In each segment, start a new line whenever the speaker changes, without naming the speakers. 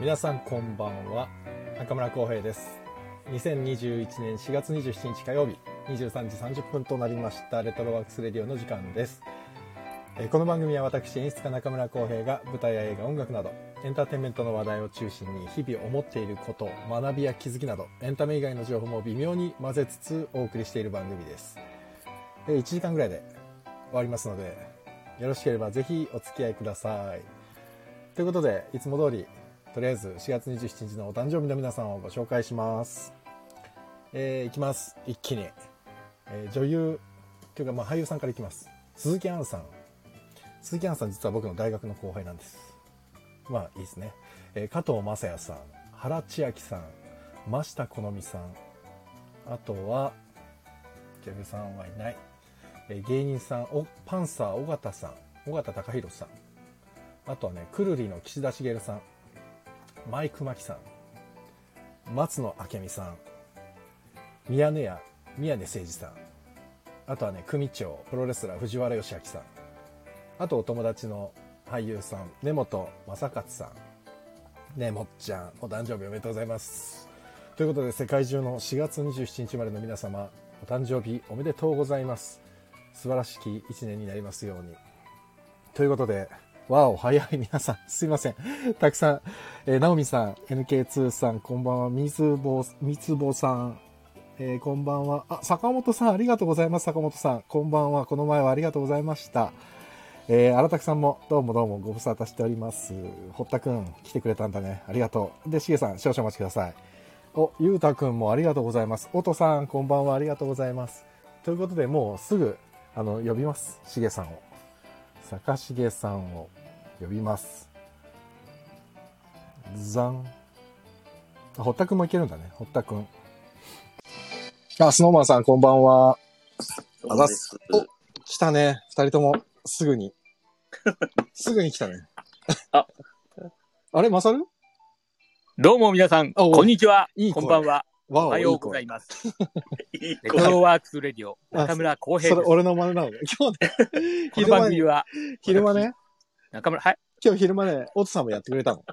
皆さんこんばんは中村浩平です2021年4月27日火曜日23時30分となりましたレトロワークスレディオの時間ですえーこの番組は私演出家中村浩平が舞台や映画音楽などエンターテインメントの話題を中心に日々思っていること学びや気づきなどエンタメ以外の情報も微妙に混ぜつつお送りしている番組ですえー1時間ぐらいで終わりますのでよろしければぜひお付き合いくださいということでいつも通りとりあえず4月27日のお誕生日の皆さんをご紹介しますえーいきます一気に、えー女優というかまあ俳優さんからいきます鈴木杏さん鈴木杏さん実は僕の大学の後輩なんですまあいいですね、えー加藤雅也さん原千秋さん真下好美さんあとはジェブさんはいない、えー芸人さんおパンサー尾形さん尾形貴弘さんあとはねくるりの岸田茂さんマイクマキさん松野明美さん宮根屋宮根誠司さんあとはね組長プロレスラー藤原義明さんあとお友達の俳優さん根本正勝さんねもっちゃんお誕生日おめでとうございますということで世界中の4月27日までの皆様お誕生日おめでとうございます素晴らしき一年になりますようにということで、わお、早い 皆さん、すいません。たくさん、えー、ナオミさん、NK2 さん、こんばんは、みつぼ、みつぼさん、えーこんばんは。あ、坂本さん、ありがとうございます、坂本さん。こんばんは、この前はありがとうございました。えー、荒拓さんも、どうもどうもご無沙汰しております。堀田くん、来てくれたんだね。ありがとう。で、しげさん、少々お待ちください。お、ゆうたくんもありがとうございます。おとさん、こんばんは、ありがとうございます。ということで、もうすぐ、あの、呼びます、しげさんを。坂重さんを呼びます。ザン。あ堀田くんもいけるんだね。堀田くん。あ、スノーマンさん、こんばんは。
どうもです
あざっす来たね。二人とも、すぐ に。すぐに来たね。
あ、
あれ、マサル
どうも皆さん、
おう
こんにちは。
いい声
こんばんは。
わ
お
お
はようござ
い
います。
いい
レ
子
トロワークスレディオ、
あ
中村浩
声そ
平
れ、
です。
俺の真似なのね。今 日ね、
この
昼
番
間
組
ね、
は、
昼間ね、
中村、はい。
今日昼間ね、オトさんもやってくれたの。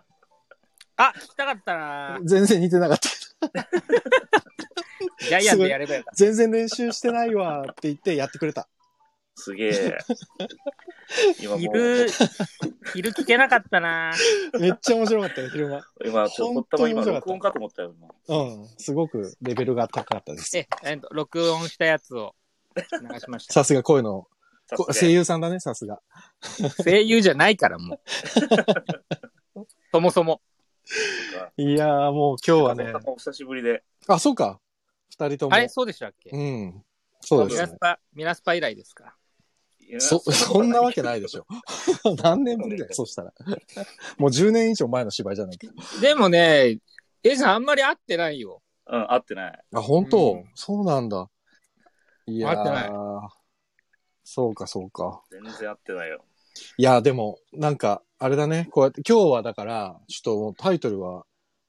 あ、聞きたかったな
全然似てなかった。
ジャイアンでやればよかっ
全然練習してないわって言ってやってくれた。
すげえ。今もう、
た。昼、昼聞けなかったな
めっちゃ面白かったよ、昼間。
今、ちょっと、ほったま今、録音かと思ったよ。
うん、すごくレベルが高かったです。
え、えっと録音したやつを流しました。
さすが声の、
さ
こ
す
声
が
優さんだね、さすが。
声優じゃないからもう。そもそも。
いやー、もう今日はね
中、村さんお久しぶりで。
あ、そうか。二人とも。
あれそうでしたっけ
うん。そうで
ミ
す
ラ
ね
ス。パ、ミラスパ以来ですか。
そ、そんなわけないでし
ょ。
ょ。 何年ぶりだよ、そしたら。もう10年以上前の芝居じゃないか。
でもね、A さんあんまり会ってないよ。
うん、会ってない。
あ、本当、
うん
そうなんだ。いや
会ってない
ー。そうか、そうか。
全然会ってないよ。
いや、でも、なんか、あれだね。こうやって、今日はだから、ちょっともうタイトルは、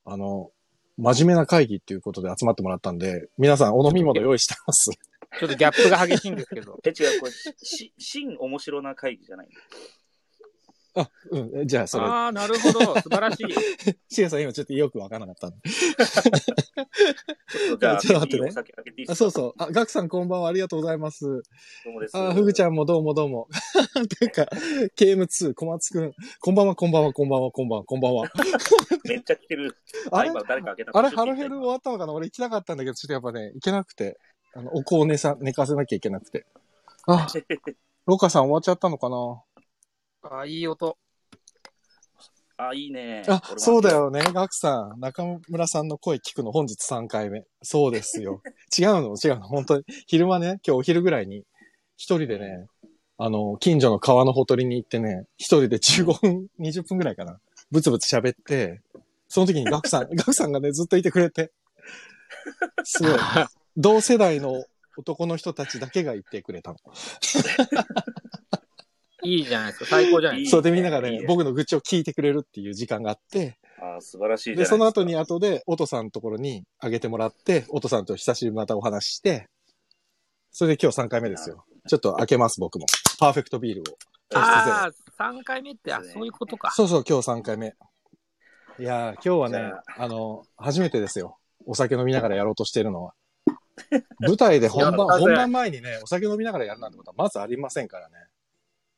あの、真面目な会議っていうことで集まってもらったんで、皆さんお飲み物用意してます。
ちょっとギャップが激しいんですけ ど。
え、違う、これ、しし、 新面白な会議じゃない。
あ、うん、えじゃあそれ。
ああ、なるほど。素晴らしい。
シゲさん今ちょっとよくわからなかったんで。
ちょっと、じゃあ、
ちょっと待ってね
いいお酒開けていい
あ
で す
そう
う。
そう。あ、ガクさんこんばんは。ありがとうございます。
どうもです。
あ、フグち
ん。
ゃんもどうもどうも。 てか、KM2、小松くん。こんばんは、こんばんは、こんばんは、こんばんは、こんば んは。
めっちゃ来てる。
あ
あ、
れ
今、誰か開けた
あれ、ハロヘル終わったのかな俺行きたかったんだけど、ちょっとやっぱね、行けなくて。あの、お香を寝さ、寝かせなきゃいけなくて。あ、ロカさん終わっちゃったのかな
ああ、いい音。
あ、いいね。
あ
俺、も
そうだ。よね。ガクさん、中村さんの声聞くの本日3回目。そうですよ。違うの違うの本当に。昼間ね、今日お昼ぐらいに、一人でね、あの、近所の川のほとりに行ってね、一人で15分、20分ぐらいかな。ブツブツ喋って、その時にガクさん、ガクさんがね、ずっといてくれて。すごい。同世代の男の人たちだけがいてくれたの。
いいじゃないですか。最高じゃないです
それでみんなが
いい
ね
ね
僕の愚痴を聞いてくれるっていう時間があって、
あ、素晴らしいじゃない
で、
すか
その後に、後で、おとさんのところにあげてもらって、おとさんと久しぶりにまたお話しして、それで今日3回目ですよ。ちょっと開けます、僕も。パーフェクトビールを。
か。ああ、3回目って、あそういうことか。
そうそう、今日3回目。いやー、今日は
じ
ね
ゃ、
あの、初めてですよ。お酒飲みながらやろうとしてるのは。舞台で本番、
やったぜ
本番前にね、お酒飲みながらやるなんてことはまずありませんからね。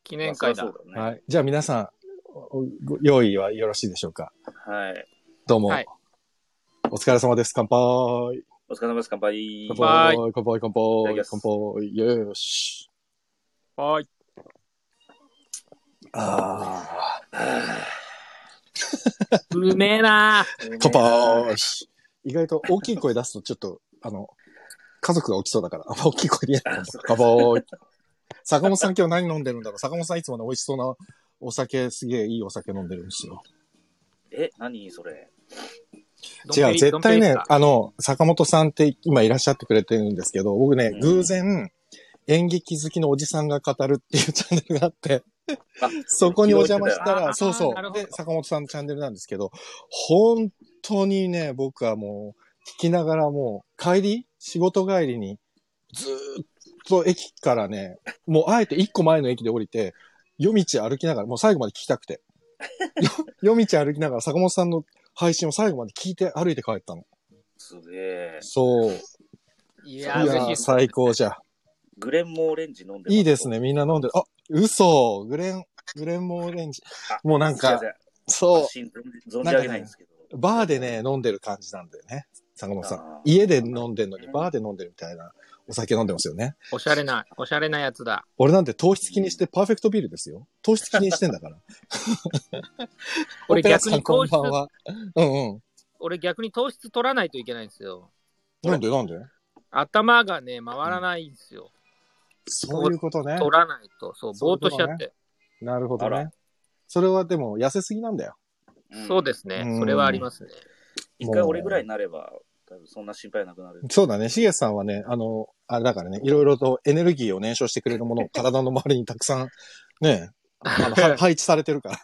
記念会だ。
まあそりゃそうだね。
はい。じゃあ皆さん、おご用意はよろしいでしょうか。
はい。
どうも。
はい
お疲れ様です。乾杯。
お疲れ様です。乾杯。
乾
乾杯
杯。乾杯。乾
いた
杯
だきま。す
乾杯。よーし。
はーい。
あ
うめえな
ー。乾杯。意外と大きい声出すとちょっと、あの、家族が起きそうだから、あんま大きい声でやらない
あそう
乾杯。坂本さん今日何飲んでるんだろう坂本さんいつもね、美味しそうなお酒、すげえいいお酒飲んでるんですよ。
え、何それ。
違う、絶対ね、
あ
あの、坂本さんって今いらっしゃってくれてるんですけど、僕ね
う、ん
偶然、演劇好きのおじさんが語るっていうチャンネルがあって
あ、
そこにお邪魔した
あ
ら、
ー
そうそ
なる
う。
ほど
で、坂本さんのチャンネルなんですけど、本当にね、僕はもう、聞きながらもう、帰り仕事帰りに、ずーっと駅からね、もうあえて一個前の駅で降りて、夜道歩きながら、もう最後まで聞きたくて。 よ夜道歩きながら坂本さんの配信を最後まで聞いて歩いて帰ったの。
すげえ。
そう。
い
い
や
や
ー、嬉しい
ー、
っす。
最高じゃ。
グレンモーレンジ飲んで
いいです。ね。みんな飲んでる。あ、嘘。グレン、グレンモーレンジ。もうなんか
すいません
そ
発信存じ上げないんですけど。
う。バーでね、飲んでる感じなんだよね。坂本さん。
あー
家で飲んでるのに、バーで飲んでるみたいなお酒飲んでますよね。
おしゃれな、おしゃれなやつだ。
俺なんて糖質気にしてパーフェクトビールですよ。糖質気にしてんだから。
俺
お母
逆
さん
に糖質
こんばんは。うんうん。
俺逆に糖質取らないといけないんですよ。
なんでなんで
頭がね、回らないんですよ。
そういうことね。
取らないと。そう、
そ
ぼ
うい
ー
う
っ
ことと
しちゃって。
なるほど
あ
ね
ら。
それはでも痩せすぎなんだよ。
ん
そうですね
うん。
それはありますね。
一回俺ぐらいになれば、多分そんな心配なくなる。
そうだね。しげさんはね、あの、あれだからね、いろいろとエネルギーを燃焼してくれるものを体の周りにたくさん、ね、あのは配置されてるから。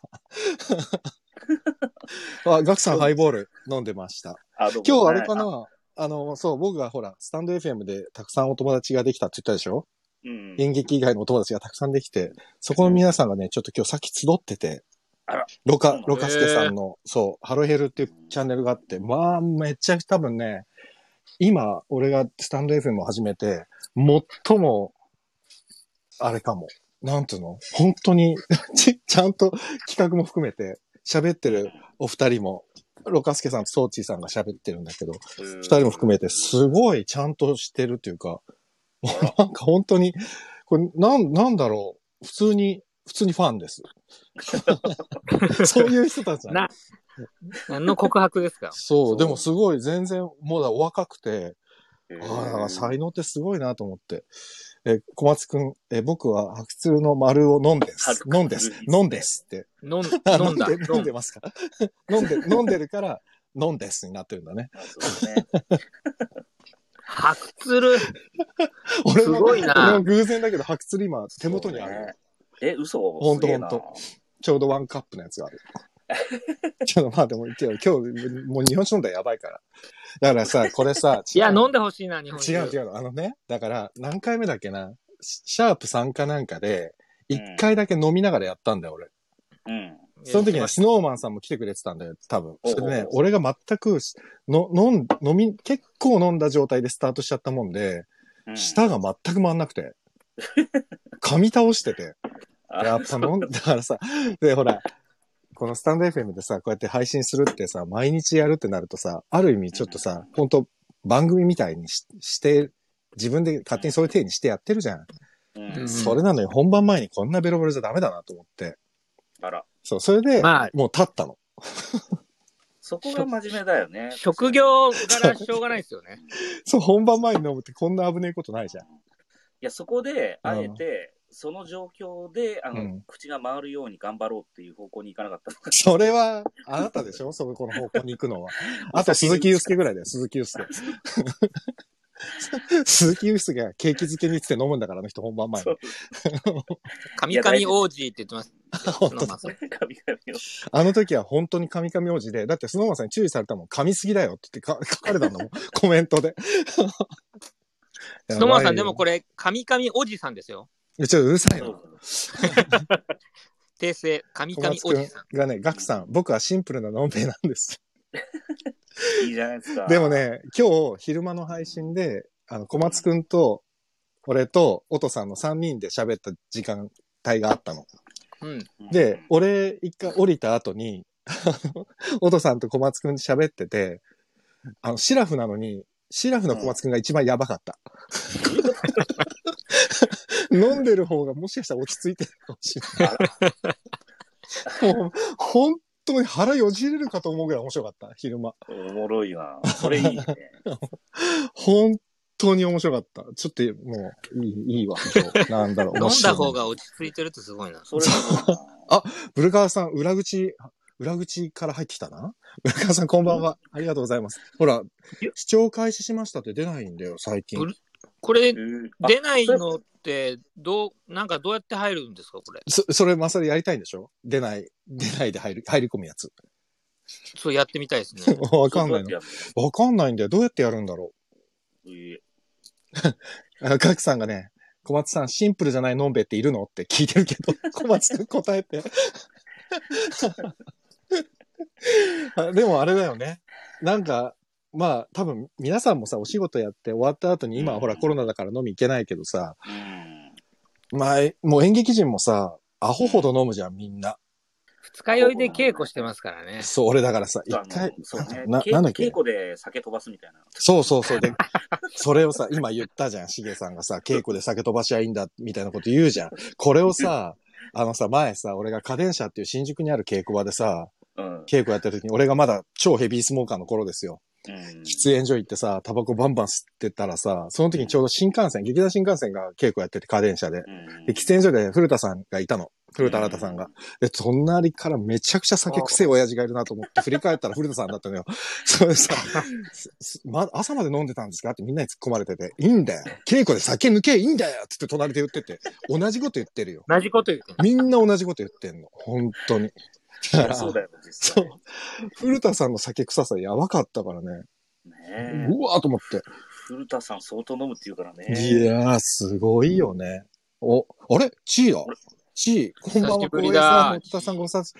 あ、ガクさんハイボール飲んでました。
あ、どうも
今日あれかな、
はい
あの、そう、僕がほら、スタンド FM でたくさんお友達ができたって言ったでしょ、
うん。
演劇以外のお友達がたくさんできて、そこの皆さんがね、ちょっと今日さっき集ってて、
あら
ロ
そう
カ
な、の
ロカスケさんの、そう、ハロヘルっていうチャンネルがあって、まあ、めっちゃ多分ね、今、俺がスタンド FM を始めて、最も、あれかも、なんつうの本当に ち、ちゃんと企画も含めて、喋ってるお二人も、ロカスケさんとソーチーさんが喋ってるんだけど、
二
二人も含めて、すごいちゃんとしてるっていうか、なんか本当に、これ、なん、なんだろう。普通に、普通にファンです。 そういう人たちなの
な、何の告白ですか
そ、
そうう
でもすごい、全然、まだお若くて、
め
ああ、才能ってすごいなと思って。え、小松くん、え、僕は白通の丸を飲んです。飲んです。飲んですって。
飲ん
あ
飲んだ。
飲んで飲
飲
ん
ん
で
だ。
ますか 飲んで、飲んでるから、飲んですになってるんだね。
そうですね。
白鶴。
俺
す
も、
ごいな
俺も偶然だけど、白通今、手元にある。
そうね。え、嘘
ほんとほんと
すげえな
ちょうどワンカップのやつがある。ちょっとまあでも、今日、もう日本酒飲んだらやばいから。だからさ、これ さ、
いや、飲
だ
んでほしいな、日本
違う違
う。
うの。あのね、だから、何回目だっけな、シシャープ参加なんかで、
うん
一回だけ飲みながらやったんだよ、俺。
うん。
その時
は
ね、スノーマンさんも来てくれてたんだよ、多分。
おう
それでね、
おう
俺が全くし、の、飲ん、飲み、結構飲んだ状態でスタートしちゃったもんで、
うん
舌が全く回んなく て。噛み倒してて。やっぱ飲んだからさ、で、ほら、このスタンド FM でさ、こうやって配信するってさ、毎日やるってなるとさ、ある意味ちょっとさ、ほんと番組みたいにしして、自分で勝手にそういう体にしてやってるじゃん。
うん
うん
それなのに本番前にこんなベロベロじゃダメだなと思って。
あら。
そう、それで、
まあ
もう立ったの。
そこが真面目だよね。
職業柄しょうがないです よね。
そう、本番前に飲むってこんな危ねえことないじゃん。
いや、そこで、
うん
あえて、その状況で、あの、
うん
口が回るように頑張ろうっていう方向に行かなかったのが。
それは、あなたでしょそのこの方向に行くのは。あと、鈴木祐介ぐらいだよ、鈴木祐介。 鈴木祐介がケーキ漬けにつって飲むんだから、あの人本番前に
そう。
神々王子って言ってます。
本当
スノーマンさん
神々を
あの時は本当に神々王子で、だってスノーマンさんに注意されたもん、噛みすぎだよって言ってか書かれたのもん、 コメントで。
スノーマンさん、
やばい
で
よ
もこれ、神々おじさんですよ。
いやちょっとうるさい
そ
な。
う
定性、神
小
々
松
お
く
じ
ん
さん。
がね、ガクさん、僕はシンプルなのんべいなんです。
いいじゃないですか。
でも、ね、今日昼間の配信で、あの、小松くんと、俺と、おとさんの3人で喋った時間帯があったの。
うん。
で、、俺一回降りた後に、 あのおとさんと小松くんで喋ってて、あの、シラフなのに、シラフの小松くんが一番やばかった。飲んでる方がもしかしたら落ち着いてるかもしれない。もう、本当に腹よじれるかと思うぐらい面白かった、昼間。
おもろいな。それいいね。
本当に面白かった。ちょっと、もう、いい、いいわ。今日なんだろう、
飲んだ方
が。
が落ち着いてるってすごいな。
それいいな
ブルカーさん、裏口、裏口から入ってきたな。ブルカーさん、こんばんは。ありがとうございます。ほら、視聴開始しましたって出ないんだよ、最近
ブ。ルこれ
う、ん あ
出ないのって、どう、なんかどうやって入るんですか、これ。
そ、それ、まさにやりたいんでしょ出ない、出ないで入る、入り込むやつ。
そうやってみたいですね。
わかんない
そ
の。
うやってや
わかんないんだよ。どうやってやるんだろ
るのえ
う。あガクさんがね、小松さん、シンプルじゃないのんべえっているのって聞いてるけ ど、小松くん答えて。 あでもあれだよね。なんか、まあ、多分、皆さんもさ、お仕事やって終わった後に、今はほらコロナだから飲み行けないけどさ、
うん。
まあ、もう演劇人もさ、アホほど飲むじゃん、みんな。
二日酔いで稽古してますからね。
そう、俺だからさ、一
あの
回、
そうね。
な
け
なんだっけ
稽古で酒飛ばすみたいな。
そうそうそう。で、それをさ、今言ったじゃん、しげさんがさ、稽古で酒飛ばしゃいいんだ、みたいなこと言うじゃん。これを さ、あのさ、前さ、俺が家電車っていう新宿にある稽古場でさ、
うん。
稽古やってる時に、俺がまだ超ヘビースモーカーの頃ですよ。
うん
喫煙所行ってさ、タバコバンバン吸ってたらさ、その時にちょうど新幹線、劇団新幹線が稽古やってて家電車で。
うん
で、喫煙所で古田さんがいたの。古田新太さんが。で、隣からめちゃくちゃ酒くせえ親父がいるなと思って、振り返ったら古田さんだったのよ。 それでさ、すすま、朝まで飲んでたんですかってみんなに突っ込まれてて、いいんだよ。稽古で酒抜けいいんだよつって隣で言ってて、同じこと言ってるよ。
同じこと言ってんの
みんな同じこと言ってんの。本当に。
いやそうだよ、実際。
古田さんの酒臭さやばかったからね。
ねえ
うわーと思って。
古田さん相当飲むって言うからね。
いやー、すごいよね。お、あれチーだ。チー、こんばんは、
久しぶ
光
り
栄さん、
だ
堀田さん、ご無沙汰し。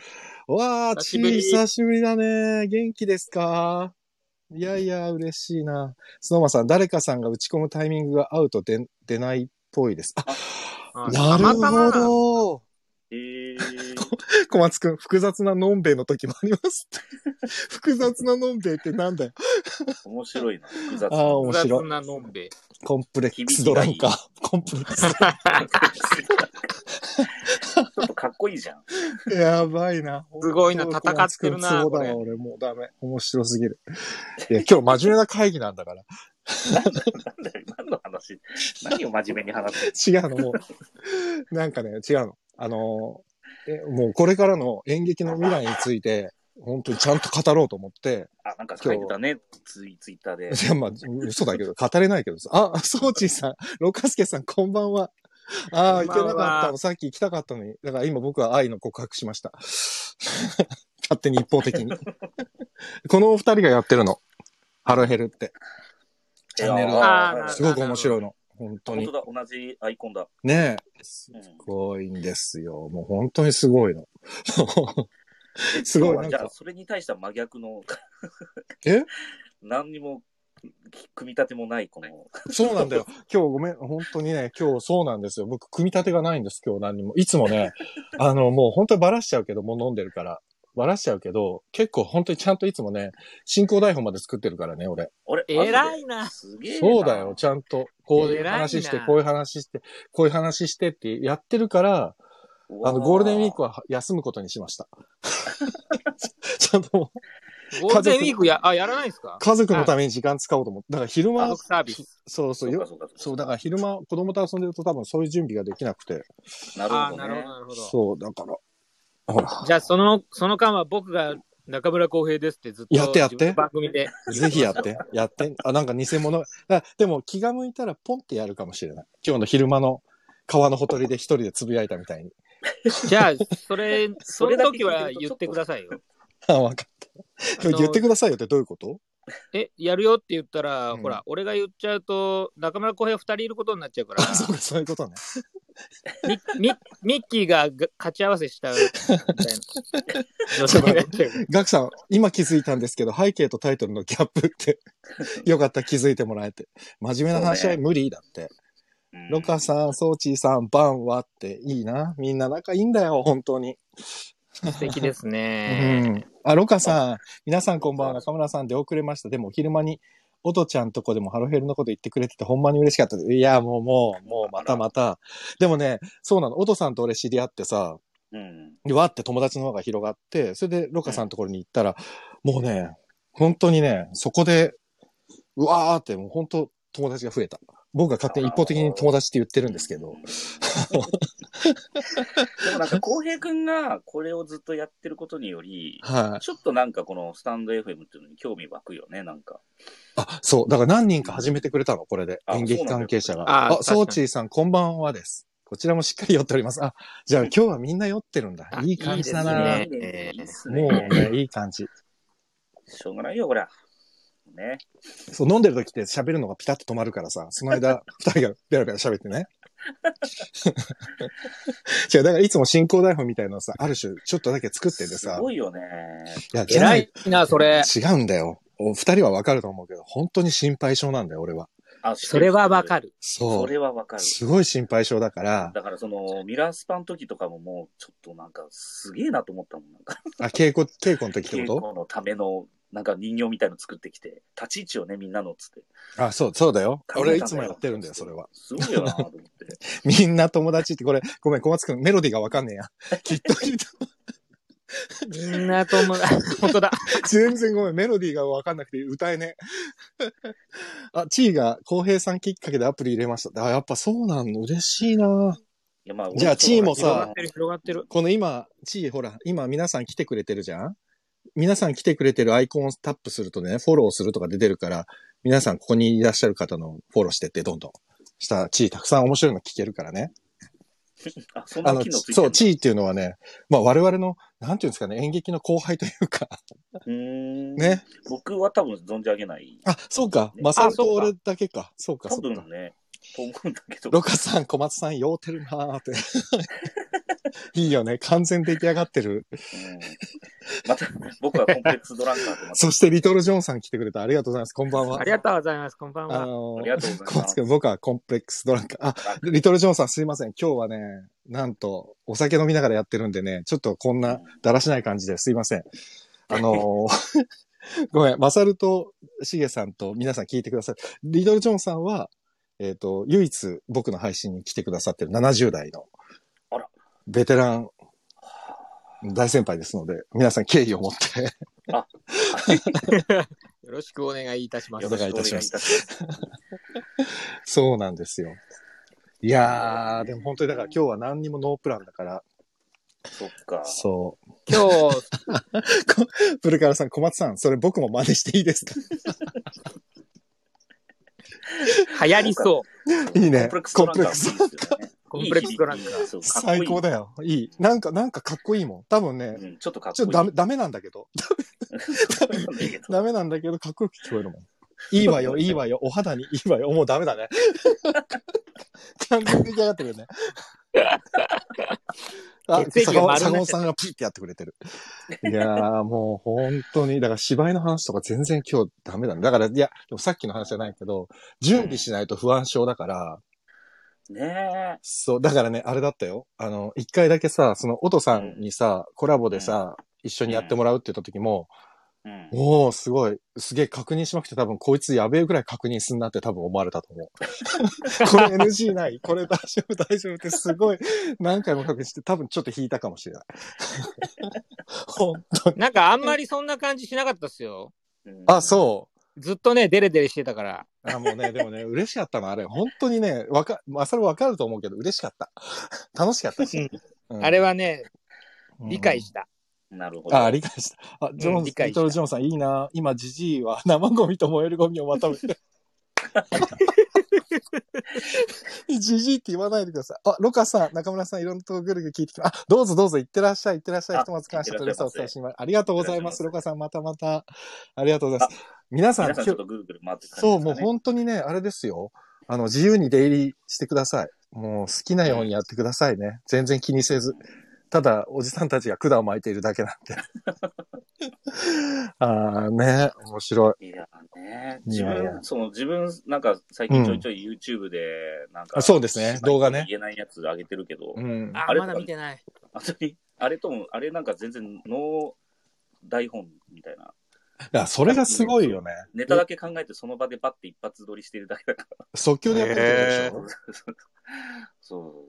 わー、
久
チ
しぶ
ー、
り
久しぶりだね。元気ですかいやいや、嬉しいな。スノーマンさん、誰かさんが打ち込むタイミングが合うと出、出ないっぽいです。あ、なる
たま
ほ
たま
ど。
えー
小松くん、複雑なのんべいの時もあります。複雑なのんべいってなんだよ。
面白いな、複雑
あ
な。
ー、面
複
白
雑
い。
なのんべい。
コンプレックスドランカー。コンプレックス。
ちょっとかっこいいじゃん。
やばいな。
すごいな
本当
戦ってるな
そうだわ、俺もうダメ。面白すぎる。いや、今日真面目な会議なんだから。
なんだよ、何の話何を真面目に話してる
違うの、もう。 なんかね、違うの。あのー、えもうこれからの演劇の未来について、本当にちゃんと語ろうと思って。
あ、なんか書いてたね、ツイツイッター
い
で。
や、まあ、嘘だけど、語れないけどさ。あ、ソーチーさん、ロカスケさん、こんばんは。ああ、
こ
行
んばんは
けなかったの。さっき行きたかったのに。だから今僕は愛の告白しました。 勝手に一方的に。 このお二人がやってるの。ハロヘルって。チャンネル
いや
が。
あーなるほど
すごく面白いの。本当
本
に
当。だ、同じアイコンだ。
ねえ。す
うん
ごいんですよ。もう本当にすご いの。 すごいなんか
じゃあ、それに対しては真逆の。
え
何にも、組み立てもない、この。
そうなんだよ。 今日ごめん、本当にね、今日そうなんですよ。僕、組み立てがないんです、今日何にも。いつもね、 あの、もう本当にバラしちゃうけど、もう飲んでるから。バラしちゃうけど、結構本当にちゃんといつもね、進行台本まで作ってるからね、俺。
俺、
偉
い。
いな。
すげえな。
そうだよ、ちゃんと。こういう
偉いな
話して、こういう話して、こういう話してってやってるから、
うわ。
あの、ゴールデンウィークは休むことにしま した。ちゃんともう
ゴールデンウィークや、あ、やらないですか
家族のために時間使おうと思って。だから昼
家
間
族、サービス。
そうそう
そうか
よ。
そうか
そう、だから昼間、子供と遊んでると多分そういう準備ができなくて。
なる
あ
ほど
ーなるほ
ね
ど、。なるほど。
そう、だから。ほら。
じゃあ、その、その間は僕が中村浩平ですってずっと。
やってやって
自分の番組で。
ぜひやって。やって。あ、なんか偽物。あでも気が向いたらポンってやるかもしれない。今日の昼間の川のほとりで一人でつぶやいたみたいに。
じゃあ、そ れ、そ
そ
の
れだけ
時は言ってくださいよ。
あ、わかった。
あ
で
の
も言ってくださいよってどういうこと
え、やるよって言ったら、
うん
ほら、俺が言っちゃうと、中村浩平二人いることになっちゃうから
あ、、そうか、そういうことね。
ミミミッキーがが勝ち合わせしちゃうみたい な女性になっちゃう。
ガクさん、今気づいたんですけど、背景とタイトルのギャップって、よかった、気づいてもらえて。真面目な話し合い
そう
無理だって。
うん
ロカさん、ソーチーさん、バンはっていいな。みんな仲いいんだよ、本当に。
素敵です
う
ね。
ん。あ、ロカさん、皆さんこんばんは、中村さん出遅れました。でも、昼間に、おとちゃんとこでもハロヘルのこと言ってくれてて、ほんまに嬉しかったです。いや、もう、もう、もう、またまた。でもね、そうなの。おとさんと俺知り合ってさ、
うん。
でわーって友達の輪が広がって、それでロカさんのところに行ったら、もうね、本当にね、そこで、うわーってもう本当友達が増えた。僕が勝手に一方的に友達って言ってるんですけど。
でもなんか、浩平くんがこれをずっとやってることにより、
はい。
ちょっとなんかこのスタンド FM っていうのに興味湧くよね、なんか。
あ、そう。だから何人か始めてくれたの、これで。
あ
演劇関係者
そうなん
が。
だ
あ、
あ
ソーチーさん、こんばんはです。こちらもしっかり酔っております。あ、じゃあ今日はみんな酔ってるんだ。
あ
いい感じだ
い
な。
いですね
いいっす
も
ね。
うね、いい感じ。
しょうがないよ、これは。ね。
そう、飲んでる時って喋るのがピタッと止まるからさ、その 間、二人がベラベラ喋ってね。 違う、だからいつも進行台本みたいなのさ、ある種、ちょっとだけ作ってて
す
さ、
ごいよね。
いや、じゃな
偉
い
いな、それ。
違うんだよ。お二人はわかると思うけど、本当に心配性なんだよ、俺は。
あ、
それはわか
る。
る。
そ。
そうれはわかる。
すごい心配性だから、
だからその、ミラースパの時とかももう、ちょっとなんか、すげえなと思ったもん。なんか、
あ、稽古、稽古の時って
稽
こ
古のための、なんか人形みたいの作ってきて、立ち位置をね、みんなのっつって。
とあ、そう、そうだよ。
考
俺
え
い
た
つもやってるんだよ、それは。。
すごいよなと思って。
みんな友達って、これ、ごめん、小松くん、メロディーがわかんねえや。きっと、きっと。
みんなとも、本当だ。
全然ごめん、メロディーがわかんなくて歌えねえ。あ、チーが、浩平さんきっかけでアプリ入れました。あ、やっぱそうなんの、嬉しいな
じゃあ、まあ
じゃあチーも
広が
さ
ってる、広がってる。
この今、チー、ほら、今皆さん来てくれてるじゃん皆さん来てくれてるアイコンをタップするとね、フォローするとか出てるから、皆さんここにいらっしゃる方のフォローしてって、どんどん。したら、チーたくさん面白いの聞けるからね。
あ、そん
あ
な
の
機、能ついてんだ
そう、チーっていうのはね、まあ我々の、なんていうんですかね、演劇の後輩というか、
うーん。
ね。
僕は多分存じ上げない。
あ、 そうか、
ね
マサルと
あそうか
俺だけか。そうか、そ
多
うか。
分ね、と思うんだけど。
ロカさん、小松さん、酔うてるなー って。いいよね。完全出来上がってる。
うんまた、僕はコンプレックスドランカーとまた
そして、リトル・ジョンさん来てくれた。ありがとうございます。こんばんは。
ありがとうございます。こんばん
あ
は。
の
ありがとうござ
小
いま
松
す
く。ん、僕はコンプレックスドランカー。あ、リトル・ジョンさん、すいません。今日はね、なんと、お酒飲みながらやってるんでね、ちょっとこんな、だらしない感じですいません。あのー ごめん、マサルとシゲさんと皆さん聞いてください。リトル・ジョンさんは、えっ、と、唯一僕の配信に来てくださってる70代の
あら、
ベテラン、大先輩ですので、皆さん敬意を持って、
よろしくお願いいたしま
よ
す
ろ。しくお願いいたします
す。
そうなんですよ。いやー、でも本当にだから今日は何にもノープランだから、
そっか。
そ
今日、
う。プルカラさん、小松さん、それ僕も真似していいですか
流行りそう。
いいね
コンプレックスドランカー
コ
もい
ン
い
プレ
で
ッ
すよね。
クスド
いい響きそうかっこい
ランカー。
い
最高だよ。いい。なんか、なんかかっこいいもん。多分ね、
うんちょっとかっ
ちょっと
こ
ダ
い
メ、
い。
ダメなんだけ ど。
かっこいいんだけど
ダメなんだけど、かっこよく聞こえるもん。いいわ よ、いいわよ、お肌にいいわよ。もうダメだね。完全に出来上がってる よね。あ、
血液が丸
坂
にな
本
っちゃった
さんがピッてやってくれてる。いやー、もう本当に、だから芝居の話とか全然今日ダメだね。だから、いや、でもさっきの話じゃないけど、準備しないと不安症だから、
ね
そう、だからね、あれだったよ。あの、一回だけさ、その、音さんにさ、コラボでさ、一緒にやってもらうって言った時も、
え。うん
おおすごい。すげえ確認しまくって多分こいつやべえぐらい確認すんなって多分思われたと 思う。これ NG ないこれ大 丈夫大丈夫ってすごい何回も確認して多分ちょっと引いたかもしれない。ほん
なんかあんまりそんな感じしなかったっすよ。
うん
あ、そ
ずっとね、デレデレしてたから。
う。あ、もうね、でもね、嬉しかったのあれ。本当にね、わか、まあ、それわかると思うけど嬉しかった。楽しかったし。うん
あれ、はね、
うん
理解した。
なるほど。
あ、理解した。あ、ジョーン
うん
ズ、
理解
リトル・ジョンさん、いいな。今、ジジイは生ゴミと燃えるゴミをまとめて。ジジイって言わないでください。あ、ロカさん、中村さん、いろんなとこぐるぐる聞いてきまあ、どうぞどうぞ、行ってらっしゃい、行ってらっしゃい。
あ
ひとまず感謝と
いって
嬉
らっ
しさをお
しゃいませ
伝えします。ありがとうございます、
い
ロ
らっしゃいま
カさん、またまた。ありがとうございます。皆さん、
皆さんちょっ
今日
とぐるぐる回ってく感じ
そう、
です
もう
かね
本当にね、あれですよ。あの、自由に出入りしてください。もう好きなようにやってくださいね。全然気にせず。ただ、おじさんたちが管を巻いているだけなんで。 ああ、ね、面白い。
いやね、
い
自
やいや
分、その自分、なんか最近ちょいちょい YouTube で、なんか、
あそうですね動画ね
言えないやつ上げてるけど、
うん。
あ
あれ
まだ見てない。
あとにあれとも、あれなんか全然ノー台本みたいな。
いや、それがすごいよね。
ネタだけ考えてその場でパッて一発撮りしてるだけだから。
即興でやってるってことでしょ、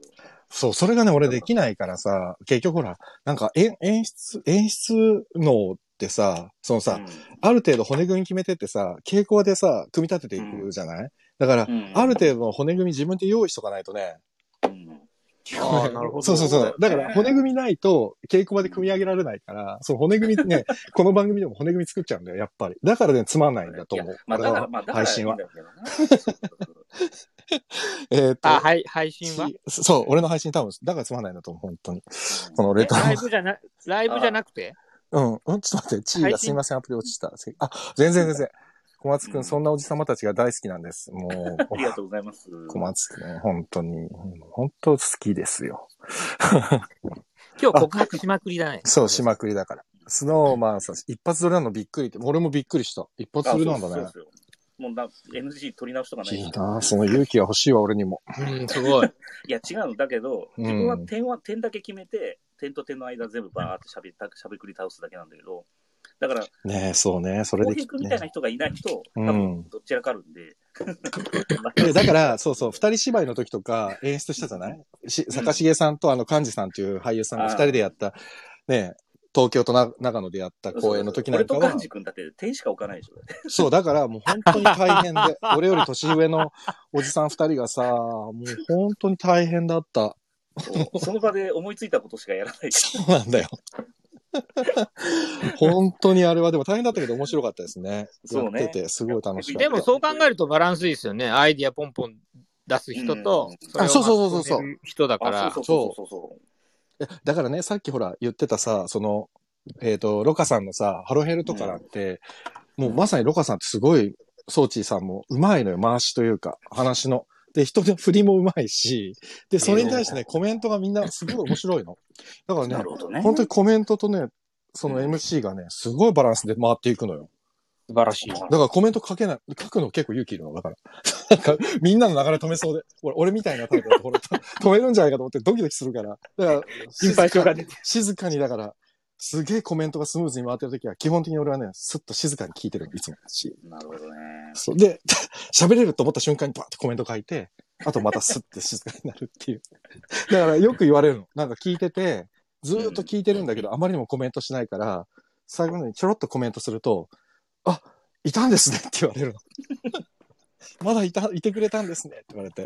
そう。
そう、それがね、俺できないからさ、結局ほら、なんか演演出、演出能ってさ、そのさ、ある程度骨組み決めてってさ、傾向でさ、組み立てていくじゃない、だから、
うん
ある程度の骨組み自分で用意しとかないとね。
うん
あーなるほど
そうそうそう。だから骨組みないと稽古場で組み上げられないから、その骨組みね、この番組でも骨組み作っちゃうんだよ、やっぱり。だからね、つまんないんだと思
いうや。まあ、
俺
だから、
は
まあ、だから
配信は。
いいんだけど なそうそう
えーっと
あ、はい、配信は
しそう、俺の配信多分、だからつまんないんだと思う、本当に。
そう
このレトロ
ライブじゃな、ライブじゃなくて
うん。うん、ちょっと待って、地位が
配信
すいません、アプリ落ちた。あ、全然全然。小松く、
うんん
そんなおじさまたちが大好きなんです。もう、
ありがと うございます。
小松くん、本当に、うん本当好きですよ。
今日告白しまくりだね。
そう、しまくりだから。スノーマンさん、一発撮りなのびっくりって、俺もびっくりした。一発撮りなんだ
あそう
ね
で。すよもうな NG 取り直しとかない
いいなその勇気が欲しいわ、俺にも。
うん、すごい。
いや、違うの。だけど、
うん
自分は点は、点だけ決めて、点と点の間全部バーってしゃべった、しゃべくり倒すだけなんだけど、だから、
ねえ、そうね、それ
浩
で
平
き
君みたい
ね。
な人がいないと、多
うん
分、どっちらかある んで。
でだから、そうそう、二人芝居の時とか演出したじゃないし、坂重さんとあの、幹事さんという俳優さんが二人でやった、ねえ、東京とな長野でやった公演の時なんか
俺と
は
幹、事君だって点しか置かないでしょ。
そう、だからもう本当に大変で、俺より年上のおじさん二人がさ、もう本当に大変だった。
そうその場で思いついたことしかやらないし。
そうなんだ よ。本当にあれはでも大変だったけど面白かったですね。
そうね
やっててすごい楽しかっ
でもそう考えるとバランスいいですよね。アイディアポンポン出す人と、
うん
れを
あそうそうそうそう
まとめる人だから。
そうそうそうそう
た。だからね、さっきほら言ってたさ、その、えっ、と、ロカさんのさ、ハロヘルとかなんて、もうまさにロカさんってすごい、ソーチーさんもうまいのよ、回しというか、話の。で、人の振りもうまいし、で、それに対してね、コメントがみんなすごい面白いの。だからね
な、るほどね。
本当にコメントとね、その MC がね、すごいバランスで回っていくのよ。
素晴らしい。
だからコメント書けない。書くの結構勇気いるの、だから。 なんか、みんなの流れ止めそうで。俺、俺みたいなタイプだと、 これ止めるんじゃないかと思ってドキドキするから。だから、
心配性
静
が出
かに静かに、だから、すげえコメントがスムーズに回ってるときは、基本的に俺はね、すっと静かに聞いてるのいつも。し
なるほどね。
そうで、 喋れると思った瞬間にバーってコメント書いて、あとまたスッて静かになるっていう。だからよく言われるの。なんか聞いてて、ずーっと聞いてるんだけど、あまりにもコメントしないから、最後にちょろっとコメントすると、あ、いたんですねって言われるの。 まだいた、いてくれたんですねって言われて。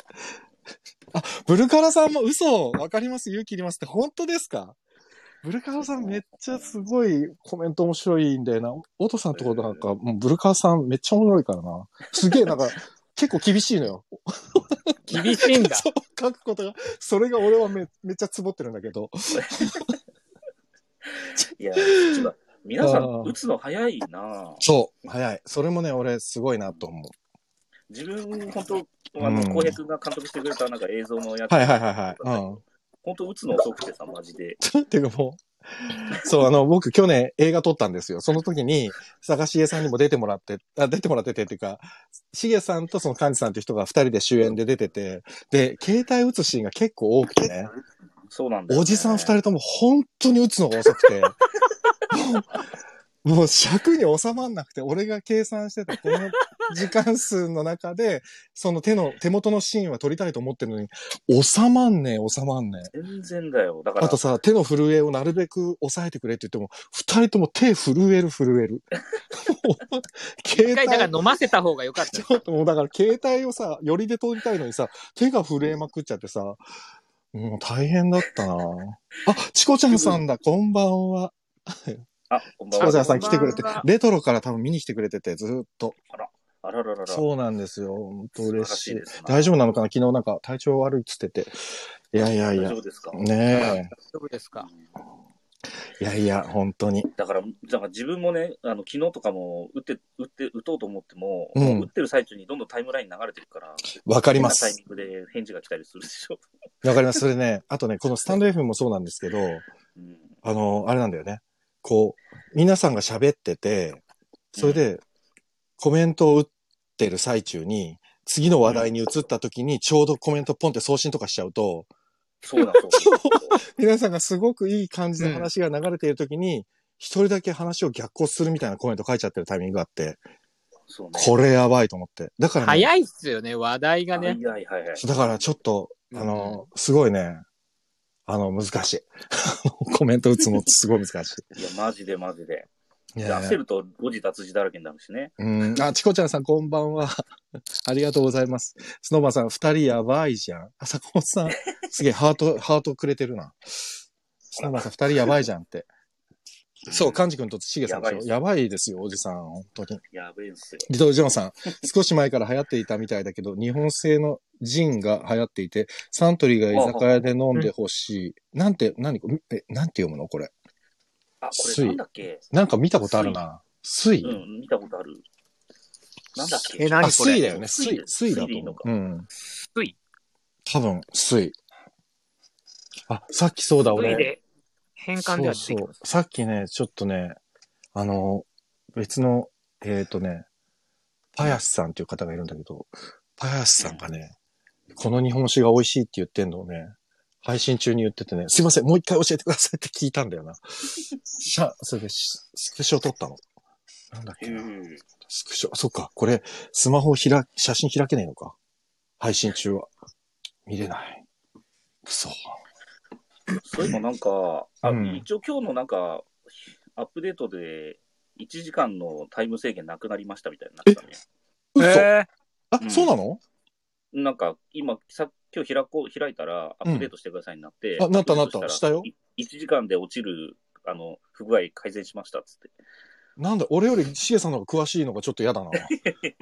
あ、ブルカラさんも嘘わかります勇気いりますって本当ですかブルカラさんめっちゃすごいコメント面白いんだよな。オトさんとこなんか、もうブルカラさんめっちゃ面白いからな。すげえ なんか、結構厳しいのよ。
厳しいん だ。
そう、書くことが、それが俺はめめっちゃつぼってるんだけど。
いや、ちょっと皆さ
あー
ん、打つの早いな
そう、早い。それもね、俺すごいなと思う。
自分、本当、あの、
うん
浩平君が監督してくれたなんか映像のやつ、
はいはいはいはい。うん。
本当打つの遅くてさ、マジで。
っていうかもう、そう、あの、僕去年映画撮ったんですよ。その時に、坂重さんにも出てもらって、あ出てもらっててっていうか、重さんとその幹事さんっていう人が二人で主演で出てて、で、携帯打つシーンが結構多くてね、
そうなんだよね、
おじさん二人とも本当に打つのが遅く て、もう、もう尺に収まんなくて、俺が計算してたこの時間数の中で、その手の、手元のシーンは撮りたいと思ってるのに、収まんねえ、収まんねえ。
全然だよ。だから、
あとさ、手の震えをなるべく抑えてくれって言っても、二人とも手震える震え る。携
一回だから
帯、
飲ませた方が良かった
ち。ょっと もうだから携帯をさ、寄りで通りたいのにさ、手が震えまくっちゃってさ、もう大変だったなあ、チコちゃんさんだ、こんばんは。
あ、こん
チ
ばん
コ
は。
ちゃんさん来てくれて
こんばんは、
レトロから多分見に来てくれてて、ずーっと。
あらららら。
そうなんですよ。本当嬉しい。
素晴らしいですな
大丈夫なのかな昨日なんか体調悪いっつってて。いやいやい
大
や
丈。夫ですか
ねえ。
大丈夫ですか。
いやいや、本当に。
だから、だから自分もね、あの昨日とかも打って、打って、打とうと思っても、
うん
もう打ってる最中にどんどんタイムラインに流れてるから、
わかりま
変なタイ
す。
ミングで返事が来たりするでしょ。
わかります。それね、あとね、このスタンド F もそうなんですけど、
うん、
あの、あれなんだよね。こう、皆さんが喋ってて、それで、コメントを打ってる最中に、次の話題に移った時に、ちょうどコメントポンって送信とかしちゃうと、
そうなんそう なん
皆さんがすごくいい感じで話が流れている時に、一人だけ話を逆行するみたいなコメント書いちゃってるタイミングがあって、
そうね。
これやばいと思って。だから、ね、
早いっすよね、話題が
は
ね
い。はいはいはい。
だからちょっと、あの、すごいね、あの、難しい。 コメント打つのってすごい難し
いや、マジでマジで。
い。い
で
やいや
焦ると誤字脱字だらけになるしね。
うん。あ、チコちゃんさん、こんばんは。 ありがとうございます。スノーマンさん、二人やばいじゃん。あ、坂本 さん、すげえ、ハート、ハートくれてるな。スノーマンさん、二人やばいじゃんって。そう、
か。
カンジ君としげさんでしょ。や
や
ばいですよ、おじさん。本当に。
やべえんすよ。
リトルジョンさん、少し前から流行っていたみたいだけど、日本製のジンが流行っていて、サントリーが居酒屋で飲んでほしい。なんて、何これ、え、なんて読むのこれ。
あ、こ
水
れなんだっけ
なんか見たことあるな。水
うん、見たことある。なんだっけ
え、何
あ、
これ
水だよね。水、水
水
だ
だ
と思う。う
水で
ん。
水
多分、水。あ、さっきそうだ、俺。
水で変換では出てき
そうそ
ます
う。さっきね、ちょっとね、あの、別の、えっ、とね、パヤスさんっていう方がいるんだけど、パヤスさんがね、この日本酒が美味しいって言ってんのをね、配信中に言っててね、すいません、もう一回教えてくださいって聞いたんだよ な。シャ、それでしスクショ撮ったの。なんだっけな。
うん
スクショ、そっか、これ、スマホ開、写真開けないのか。配信中は。見れない。くそ。
そういえばなんか、あ
うん
一応今日のなんか、アップデートで、1時間のタイム制限なくなりましたみたいになってたね。
嘘、
え
あ、
うん
そうなの
なんか、今、さ今日開こう、開いたら、アップデートしてくださいになって。
うんあなったなった
アップデート
したよ
い1時間で落ちる、あの、不具合改善しましたっつって。
なんだ、俺よりシゲさんの方が詳しいのがちょっと嫌だな。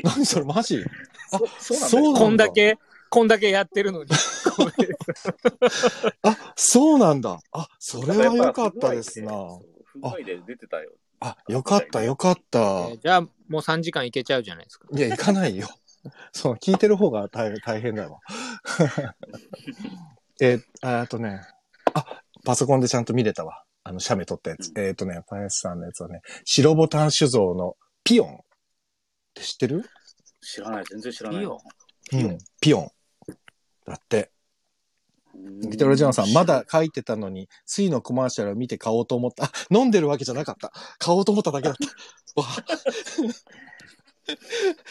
何それ、マジあ
そ
そう
よ
な
こんだけ、こんだけやってるのに。
あ、そうなんだ。あ、それは良かったですな。
不具合で出てたよ。
あ、良かった、良かった
え。ーじゃあ、もう3時間いけちゃうじゃないですか。
いや、行かないよ。そう、聞いてる方が大変大変だわ。 えー、あとね、あ、パソコンでちゃんと見れたわ。あの、写メ撮ったやつ。
うん
えっ、とね、パヤスさんのやつはね、白ボタン酒造のピオンって知ってる
知らない、全然知らない。
いいよ
ピ
ヨン
ン。ピオン。だって、
うん
ビトル・ジョンさん、まだ書いてたのに、スイのコマーシャルを見て買おうと思った。あ、飲んでるわけじゃなかった。買おうと思っただけだ った。わあ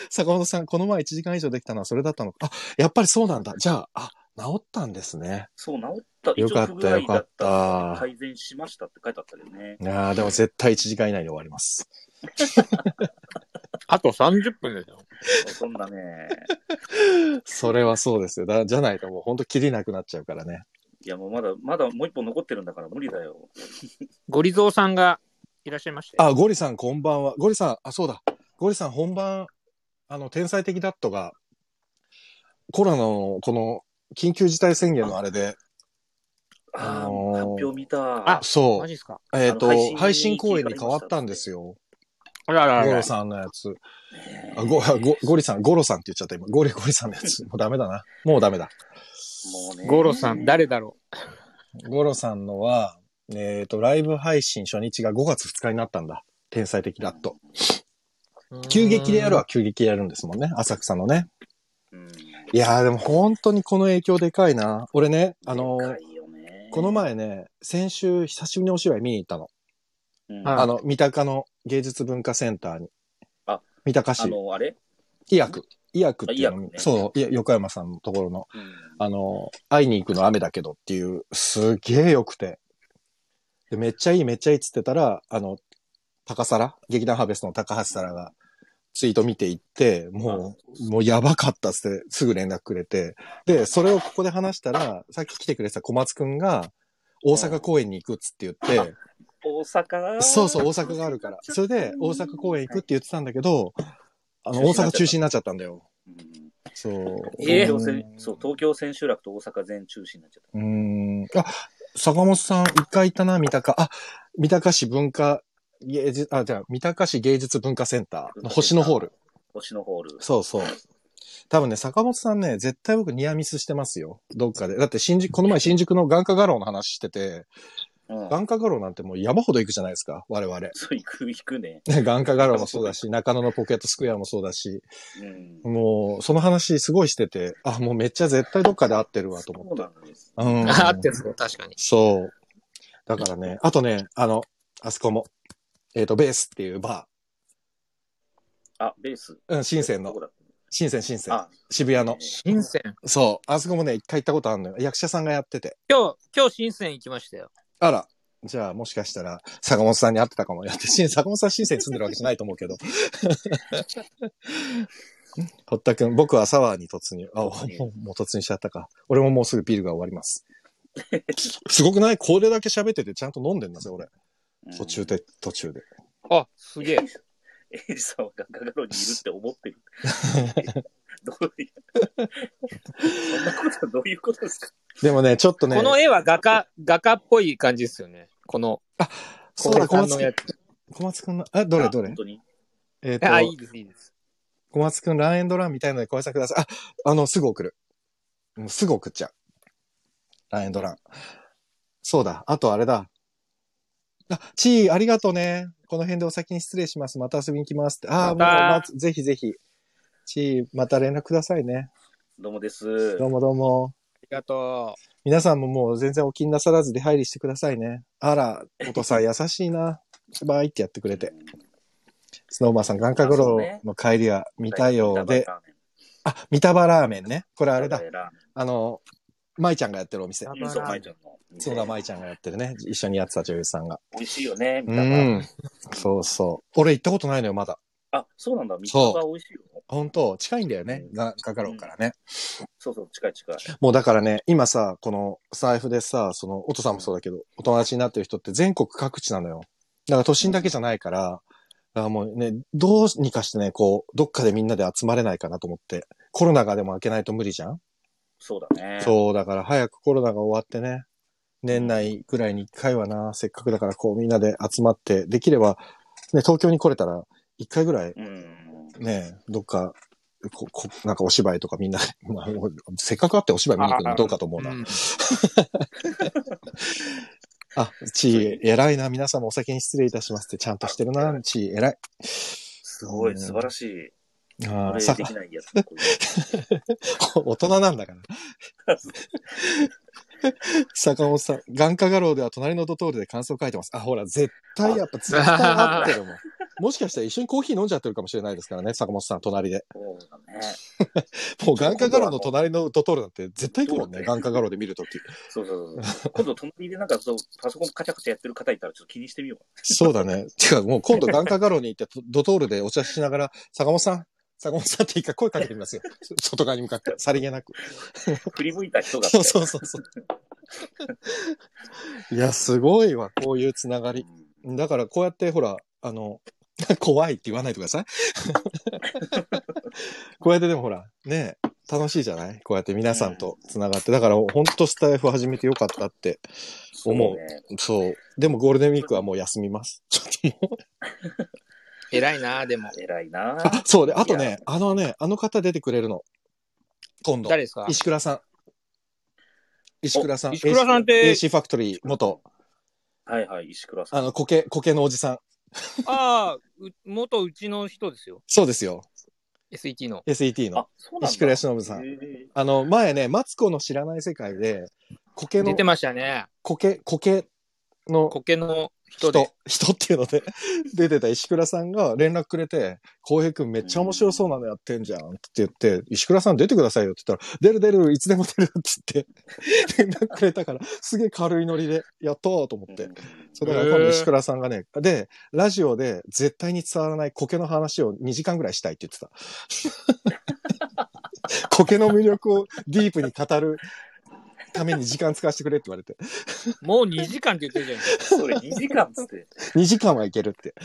坂本さん、この前1時間以上できたのはそれだったのか。あ、やっぱりそうなんだ。じゃあ、あ、治ったんですね。
そう、治った。
よかった
一応不具合だ
よかった
改善しましたって書いてあったけどね。
いやーでも絶対1時間以内で終わります。
あと30分ですよ。
そんなね。
それはそうですよ。だじゃないともう本当切りなくなっちゃうからね。
いや、もうまだ、まだもう一本残ってるんだから無理だよ。
ゴリゾウさんがいらっしゃいまして。
あ、ゴリさんこんばんは。ゴリさん、あ、そうだ。ゴリさん本番、あの、天才的ダットが、コロナの、この、緊急事態宣言のあれで、
あ
あ
あ、
のー
発表見た。
あ
そ
マ
う、
ジっすか
えっ、と
あの配信に
配信公演に変わったんですよ。
あらあらあ
ゴ
ら
ロ。さんのやつ。あゴあゴゴリさん、ゴロさんって言っちゃった今。ゴリゴリさんのやつ。もうダメだな。もうダメだ。
もうね。
ゴロさん、誰だろ
ゴロさんのは、えっ、と、ライブ配信初日が5月2日になったんだ。天才的ダット。
う
急激でやるは。急激でやるんですもんね。浅草のね。
うん。
いやーでも本当にこの影響でかいな。俺ね、あの
で
ー
かいよね
この、前ね、先週久しぶりにお芝居見に行ったの。
うん
はい
あ
あの、三鷹の芸術文化センターに。
あ、
三鷹市、
の、あれ、
医薬。医薬っていうの
あ医
に、
薬ね
そう、いや横山さんのところの、
うん
あの、会いに行くの雨だけどっていう、すげえ良くて。で、めっちゃいいめっちゃいいっつってたら、あの、高皿劇団ハーベストの高橋皿がツイート見ていって、もう、もうやばかったっつってすぐ連絡くれて。で、それをここで話したら、さっき来てくれてた小松くんが、大阪公演に行くっつって言って、
大阪
そうそう、大阪があるから。それで、大阪公演行くって言ってたんだけど、あの、大阪中止になっちゃったんだよ。
うん
そう。
え
東京千そう、東京千秋楽と大阪全中止になっちゃっ
うーん。あ、坂本さん、一回行ったな、三鷹。あ、三鷹市文化芸術、あ、じゃあ、三鷹市芸術文化センターの星のホール。
星のホール。
そうそう。多分ね、坂本さんね、絶対僕ニアミスしてますよ。どっかで。だって新宿、この前新宿の眼科画廊の話してて、
うん。
眼科画廊なんてもう山ほど行くじゃないですか、我々。
そう、行く、行くね。
眼科画廊もそうだし、中野のポケットスクエアもそうだし、
うん。
もう、その話すごいしてて、あ、もうめっちゃ絶対どっかで合ってるわと思
そう
って。
なんです。
うん。
あ、合ってるそう、確かに。
そう。だからね、あとね、あの、あそこも、えっ、と、ベースっていうバ
あ、ベース。
ー、うん、深センの
どこ、だっ
深セン、深セ
け
ン、
あ、
渋谷の。
新鮮。
そう、あそこもね、一回行ったことあるのよ。役者さんがやってて。
今日、今日新鮮行きましたよ。
あら、じゃあもしかしたら、坂本さんに会ってたかもよって、新 坂本さん深センに住んでるわけじゃないと思うけど。 堀田くん、僕はサワーに突入。あ、もうもう突入しちゃったか。俺ももうすぐビールが終わります。 すごくないこれだけ喋っててちゃんと飲んでんだぜ、俺。
うん
途中。で、途中で。
あ、すげえ。
エイジさんはガガガロにいるって 思ってる。どう いう、そんなことはどういうことですか
でもね、ちょっとね、
この絵は画家、画家っぽい感じですよね。この、
そうだ、小
これ
松
さんの
君
や
小松くんの、え、どれ
あ
どれ
本当に。
えっ、
あ、い
と
い、です、いいです。
小松くんランエンドランみたいので小林さんください。あ、あの、すぐ送る。もうすぐ送っちゃう。ランエンドラン。そうだ、あとあれだ。あ、ちー、ありがとうね。この辺でお先に失礼します。また遊びに来ますって。あー、もう、
また
まず、ぜひぜひ。ちー、また連絡くださいね。
どうもです。
どうもどうも。
ありがと
皆さんももう全然お気になさらず出入りしてくださいね。あら、お父さん優しいな。バイってやってくれて。スノーマンさん、眼科頃の帰りは見たようで。あ、三鷹ラーメンね。これあ
あ
れだ。。あの、舞ちゃんがやってるお店。
そう、舞ちゃんの。
そうだ、舞ちゃんがやってるね。一緒にやってた女優さんが。
美味しいよね、
う
みたいな。
ん。そうそう。俺行ったことないのよ、まだ。
あ、そうなんだ。三鷹美味しいよ。
本当近いんだよね。が、かかろうからね。
そうそう、近い近い。
もうだからね、今さ、この財布でさ、その、お父さんもそうだけど、お友達になってる人って全国各地なのよ。だから都心だけじゃないから、だからもうね、どうにかしてね、こう、どっかでみんなで集まれないかなと思って。コロナがでも明けないと無理じゃん
そうだね。
そう、だから早くコロナが終わってね、年内ぐらいに一回はな、せっかくだからこうみんなで集まって、できれば、ね、東京に来れたら、一回ぐらい
うん。
ね、どっか、ここなんかお芝居とかみんなで、 まあ、せっかくあってお芝居見に行くのもどうかと思
う。
う
う
な。
ん、
あ、ちえ偉いな、皆さんもお先に失礼いたしますって、ちゃんとしてるな、ちえ偉い。
すごい、素晴らしい。
あ
俺
あ、
で
さ
きないやつ。こういう
大人なんだから。坂本さん、眼科画廊では隣のドトールで感想書いてます。あ、ほら、絶対やっぱ絶対合ってるもん。もしかしたら一緒にコーヒー飲んじゃってるかもしれないですからね、坂本さん、隣で。
そうだね。
もう眼科画廊の隣のドトールなんて絶対行くもんね、眼科画廊で見るとき。
そうそう そう。今度、隣でなんかそう、パソコンカチャカチャやってる方いたら、ちょっと気にしてみよ
そうだね。てか、もう今度眼科画廊に行ってドトールでお茶しながら、坂本さん、坂本さんって一回声かけてみますよ。 外側に向かって、さりげなく。
う。振り向いた人が。
そうそうそうそう。いや、すごいわ、こういうつながり。
うん
だからこうやってほら、あの、 怖いって言わないでください。 こうやってでもほら、ねえ楽しいじゃないこうやって皆さんと繋がって。だから本当スタイフ始めてよかったって。思う
そ
そ
ね
う。でもゴールデンウィークはもう休みます。 ちょっともう。
偉いな、でも。
偉いな
あ、 そうで、あとね、あのね、あの方出てくれるの。今度。
誰ですか
石倉さん。石倉さん。
石倉さんって
AC ファクトリー元、
はいはい、石倉さん。
あの、苔、苔のおじさん。
ああ、う元うちの人ですよ。
そうですよ。
SET の。
SET の。
あ、そうなんだ。
石倉由伸さん
へえ
あの、前ね、マツコの知らない世界で、苔
出
の
て、ましたね。
苔、苔の
苔の
人、
人で
人。っていうので、 出てた石倉さんが連絡くれて、浩平くんめっちゃ面白そうなのやってんじゃんって言って、石倉さん出てくださいよって言ったら、出る出る、いつでも出るって言って、連 絡くれたから、すげえ軽いノリで、やったーと思って。そうだから今度石倉さんがね、で、ラジオで絶対に伝わらない苔の話を2時間ぐらいしたいって言ってた。苔の魅力をディープに語るために時間使わせてくれって言われて。
もう2時間って言ってるじゃないですか。
それ2時間っつって。
2時間はいけるって。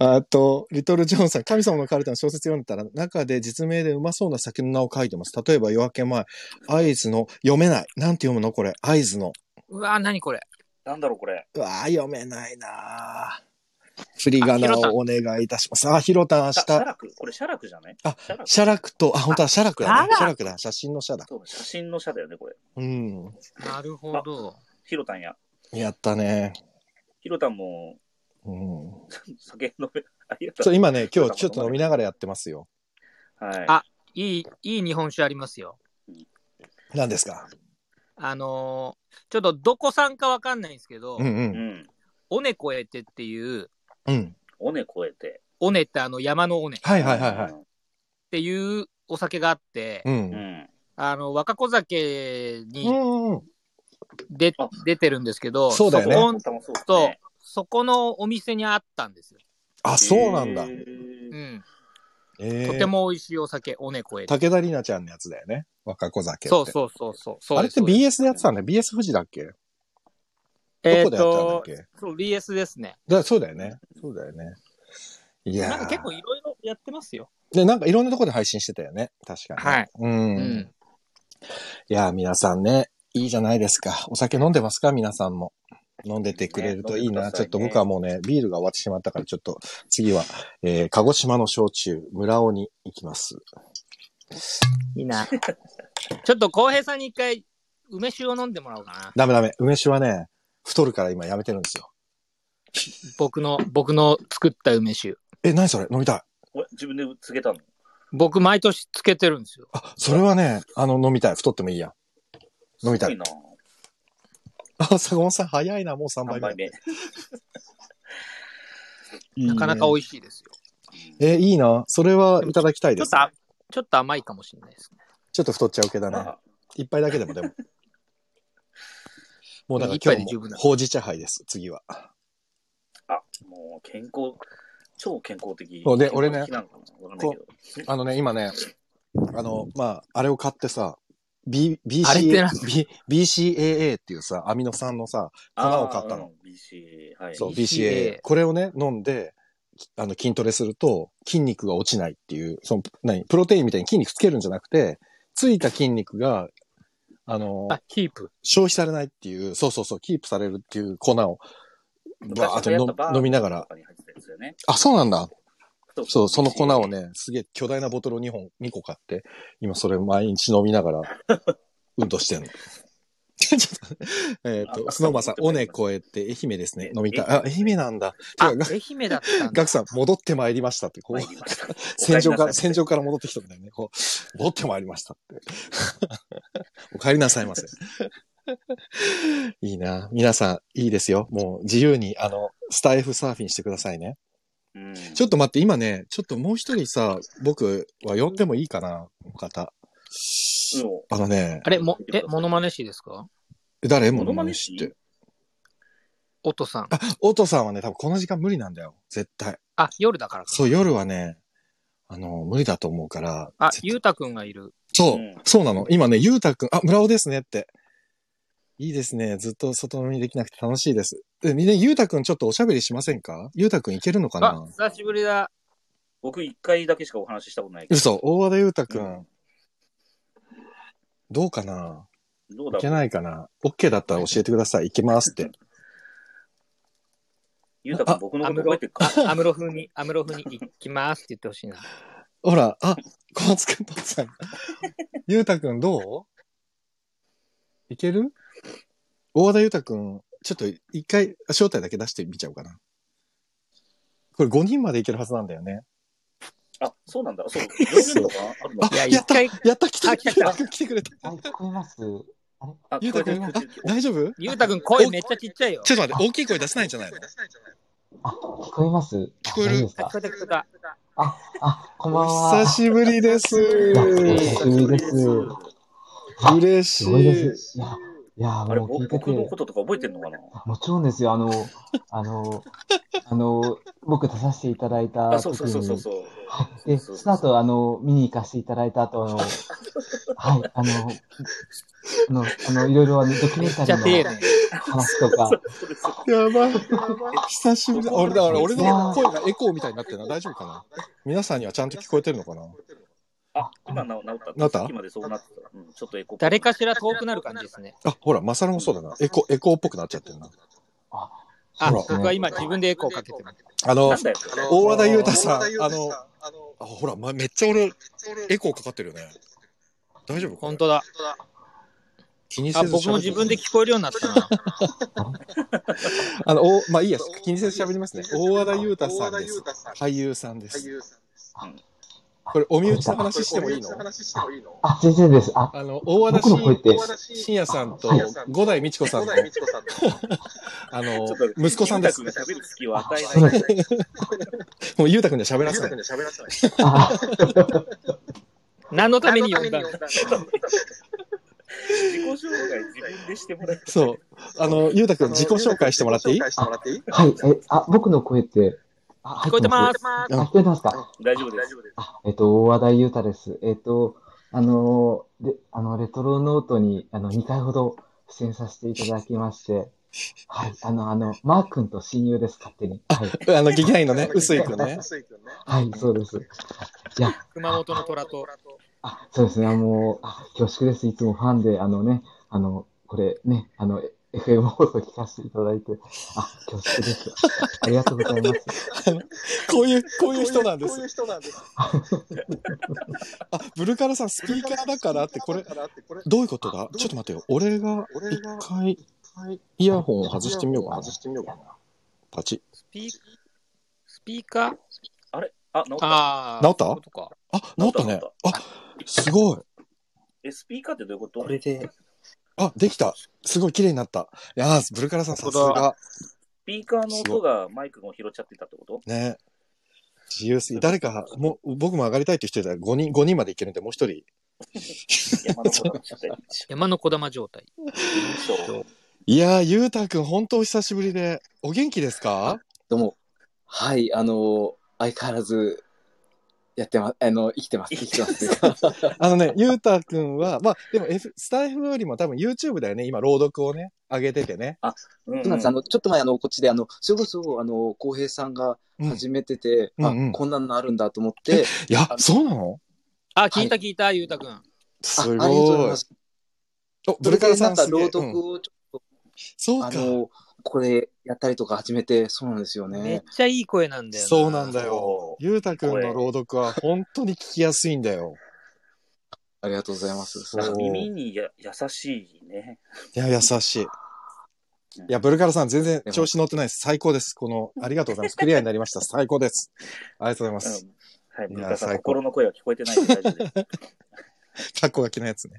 あと、リトル・ジョンさん、神様のカルタの小説読んでたら、中で実名でうまそうな酒の名を書いてます。例えば夜明け前、合図の、読めない。なんて読むのこれ、合図の。
うわー、何これ。
なんだろう、これ。
うわー読めないなあ振り仮名をお願いいたします。あ、ひろたん明
シャシャ
日。
ラクこれ、シャラクじゃない
あ
シャラク
写楽と、あ、本当は写楽だね。
写楽
写楽だ。写真の写だ。
そう写真のシャだよね、これ。
うん。
なるほど。
ヒロタン や。
やったね。
ヒロタンも、
うん。
酒飲め、ありが
そ
と
う、
う。
今ね、今日ちょっと飲みながらやってますよ。
はい。
あいい、いい日本酒ありますよ。
何ですか
あのーちょっとどこさんかわかんないんですけど、
うんう。
うんん。
尾根越えてっていう、
うん。
尾根越えて。
尾根ってあの山の尾根っ
はいはいはいはい。
ていうお酒があって、
う。
うんん。
あの、若子酒
う
に
んうん。
で、
あ
出てるんですけど、
そうだよね
こ
本当もそうです
そう
ね。
そこのお店にあったんですよ。
あ、そうなんだ
へ。ー
うん。
えー
とても美味しいお酒、尾根越
武
えて。
田里奈ちゃんのやつだよね。若子酒って。
そうそうそうそう。そう
あれ
で
っ
す
て BS でやってたんだよ。BS 富士だっけどこで
え
や
ー
って
った
んだっ
と
け、
そう、BS ですね。
だそうだよね。そうだよね。いや
なんか
ー
結構いろいろやってますよ。
で、なんかいろんなところで配信してたよね。確かに。
はい。
うん。
う
い
ん。
やー、皆さんね、いいじゃないですか。お酒飲んでますか皆さんも。飲んでてくれるといいな。
ね飲んでくださいね
ちょっと僕はもうね、ビールが終わってしまったから、ちょっと次は、えー、鹿児島の焼酎、村尾に行きます。
いいな。 ちょっと浩平さんに一回、梅酒を飲んでもらおうかな。
ダメダメ。梅酒はね、太るから今やめてるんですよ。
僕の、僕の作った梅酒。
え、何それ飲みたい。
これ自分でつけたの
僕、毎年つけてるんですよ。
あ、それはね、あの、飲みたい。太ってもいいや。飲みたい
すご
あ、坂本さん早いな、もう3
な。
杯
3
目
杯。目。
なかなか美味しいですよ。
え、いいな。それはいただきたい
ち
で
ょっ
す。
とあ、ちょっと甘いかもしれないですね。
ちょっと太っちゃう系だね。
あ
一杯だけでもでも。 もうだから
一
今
杯で
日
十
も
分だ
ほうじ茶杯です、次は。
あ、もう健康、超健康的。
そうで俺ね
健康的なのかなわかんないけど
あのね、今ね、あの、まあ、あれを買ってさ、B、
あれって
BCA
なん、
B、BCAA っていうさ、アミノ酸のさ、粉を買ったの。
あー。うん BC、はい。
そう、BCAA
BCAA。
これをね、飲んで、あの、筋トレすると筋肉が落ちないっていう、その、何、プロテインみたいに筋肉つけるんじゃなくて、ついた筋肉が、あの、
あ、キープ。
消費されないっていう、そうそうそう、キープされるっていう粉を、バーっと
昔流行
飲
ったバー
飲みながら。
中に入ってたやつだよね。
あ、そうなんだ。
そう
そう、その粉を。ね、すげえ巨大なボトルを2本、2個買って、今それ毎日飲みなが ら、運動してんの。ちょっと、えっ、と、
あ
スノーマンさん、尾根越えて愛媛ですね。飲みたい。あ、愛媛なんだ。
あ、
てか、
愛媛だったんだ
ガクさん、戻ってまいりましたって、こう
入、りました
戦場か
お帰りなさい
ら、戦場から戻ってきたみたいなね。こう、戻ってまいりましたって。 お帰りなさいませ。いいな。皆さん、いいですよ。もう、自由に、あの、スタイフサーフィンしてくださいね。
うん
ちょっと待って、今ね、ちょっともう一人さ、僕は呼んでもいいかな、この方。
も
あのね、
あれ、も、え、モノマネ師ですか
誰
う
も
モノ
のま
マ
ね
ネ
知
師
って。
おとさん。
おとさんはね、多分この時間無理なんだよ。絶対。
あ、夜だからか。
そう、夜はね、あの、無理だと思うから。
あ、
絶対
ゆうたくんがいる。
そう、
うん
そうなの。今ね、ゆうたくん、あ、村尾ですねって。いいですね。ずっと外飲みできなくて楽しいです。え、ね、ゆうたくんちょっとおしゃべりしませんかゆうたくんいけるのか
あ
な、
久しぶりだ。
僕一回だけしかお話ししたことないけど。
嘘、大和田ゆうたく。
うん
どうかな
どう
い
だ
け
ろう。
ないかな ?OK だったら教えてください。いけますって。
ゆうたくん僕のこと覚えてるか
あアムロ風に、アムロ風に行きますって言ってほしいな。
ほら、あ、小松くんとさん。 ゆうたくんどういける大和田ゆうたくん、ちょっと一回、招待だけ出してみちゃおうかな。これ5人までいけるはずなんだよね。
あ、そうなんだ。そう。呼べるのかなあるの
あ
いや、
やっ
一
た
回、
やった来た
あ
来
来た
た
来
ゆ
た
うたくん来てくれた
はい、聞こえます。あれ
あ
ゆうたくん
聞こえてる聞こえてる
大丈夫
ゆうたくん声めっちゃちっちゃいよ。
ちょっと待って、大きい声出せないんじゃないの
あ、聞こえます。聞
こえる
です
あ
か
聞こえた聞こえた
あ、あ、こんばん
お
は。
久しぶりです。
お久しぶりです。
嬉
す
し
ごい
い
で。す。いや、いや
あれ、
もう聞いて
僕
て。
のこととか覚えてるのかな
もちろんですよ。あの、あの、あの、僕出させていただいた
あ、そうそうそうそうそう。
はい。で、
そ
そう
そうそう
の後、あの、見に行かせていただいた後、あ の、はい、あの、あの、あのいろいろあのドキュメンタ
めっち
リ
ゃ丁
ーの
寧。
話とか、
やばい。久しぶりだ。俺、だから俺の
わー
声がエコーみたいになってるな。大丈夫かな皆さんにはちゃんと聞こえてるのかな
あ、今な治った。
治った
さきまでそうなってた。うん、ちょっとエコー。
誰かしら遠くなる感じですね。
あ、ほら、マサルもそうだな。エコ、エコーっぽくなっちゃってるな。
あ、
ほら
僕は今自分でエコーかけてます。
あの
なん、だよ。
大和田裕太さん
大和田裕太さんあの、
あほら、ま、めっちゃ俺、エコーかかってるよね。大丈夫
本当だ。
気にせ
あ、
ず喋って
僕も自分で聞こえるようになったな。
あの、おまあいいや、気にせず喋りますね。大和田裕太
大
さ
和
ん
田
で
裕
す。
太さん。
俳優さんです
俳。優さんです。
これ、お身内の話してもいい
こ
の
れこれ話してもいいの
あ、全然です。あ、
あの、大和田
僕の声っ
信
て、
信也さんと
信
也さんと
五代美智子さん
小
の
田、井美智子さんの
あの
ちょっと、
息子さんです
裕。太君が喋る隙を与え
そう
ない。
です。
もう、裕太くんには喋ら
裕
せ
太
ない。
君で喋らせな
あ、
い。
何のために呼んだの
自己紹介自分でしてもらう。
そう。あの、裕太くん、自己紹介してもらっていい
自己紹介してもらっていい
はい。え、あ、僕の声って、あ、
聞こえてます
す。あ、聞こえてますか
大丈夫です。
あ、えっと、大和田裕太です。えっと、あの、で、あの、レトロノートに、あの、2回ほど出演させていただきまして、はい、あの、あの、マー君と親友です、勝手に。はい、
あの、劇団員のね、臼井くんね。
薄井くんね。
はい、そうです。いや、
熊本の虎と。
あ、そうですね、あの、あ、恐縮です。いつもファンで、あのね、あの、これね、あの、え FM 放送聞かせていただいて、あ、恐縮です。ありがとうございます。
こういう、こう
こ
いう人なんで
こう
す
いう。人なんです。
あ、ブルカラさん、スピーカーだからって、これ
だ、からってこれ
どういうことだちょっと待ってよ。俺が、
俺
一
が
回、イヤホンを外してみようかな
外。してみようかな。
パチ。
スピー、スピーカー
あ、直った。
ああ。
治った
そういうことか
あ、治ったね。あ、すごい。
え、スピーカーってどういうこと
れで。
あ、できた。すごい綺麗になった。いやー、ブルカラさん、さすが。
スピーカーの音がマイクも拾っちゃってたってこと
ね。自由すぎ。誰か、もう、僕も上がりたいって人いたら5人、五人までいけるんで、もう一人。
山のことちょっと
山の小玉状態。
そう。
いやー、ゆうたくん、本当お久しぶりで、お元気です か
どうも。はい、あの、相変わらず、やってます、あの、生きてます、生きてます。
あのね、ゆうたくんは、まあ、でも、F、スタイフよりも多分 YouTube だよね、今、朗読をね、上げててね。
うん
そうなんです、あの、ちょっと前、あの、こっちで、あの、それこそ、あの、浩平さんが
うん。い
始めてて、
うんうんうん
あ、こんなのあるんだと思って、
や、そうなの
あ、聞いた聞いた、ゆうたくん。
ああ
す
りがとうござい
ごい
ま。す。
お、
そ
ブ
れ
ルカ
で
ラさ
なん
ん、
か
すげえ
朗読
うん
をちょっと、
そう
あ
か。
の、これやったりとか始めて、そうなんですよ
めっ
ね。
ちゃいい声なんだよ。
そうなん
だ。
だよ。ゆうたくんの朗読は、本当に聞きやすいんだよ。
ありがとうございます。
そう
耳にや優しいね。
いや、優しい。いや、ブルカラさん、全然調子乗ってないです。最高です。この、ありがとうございます。クリアになり ました。最高です。ありがとうございます。
はい、
いや
ブルカさん、
最高
心の声は聞こえてないんで大丈夫です。
かっこがきのやつね。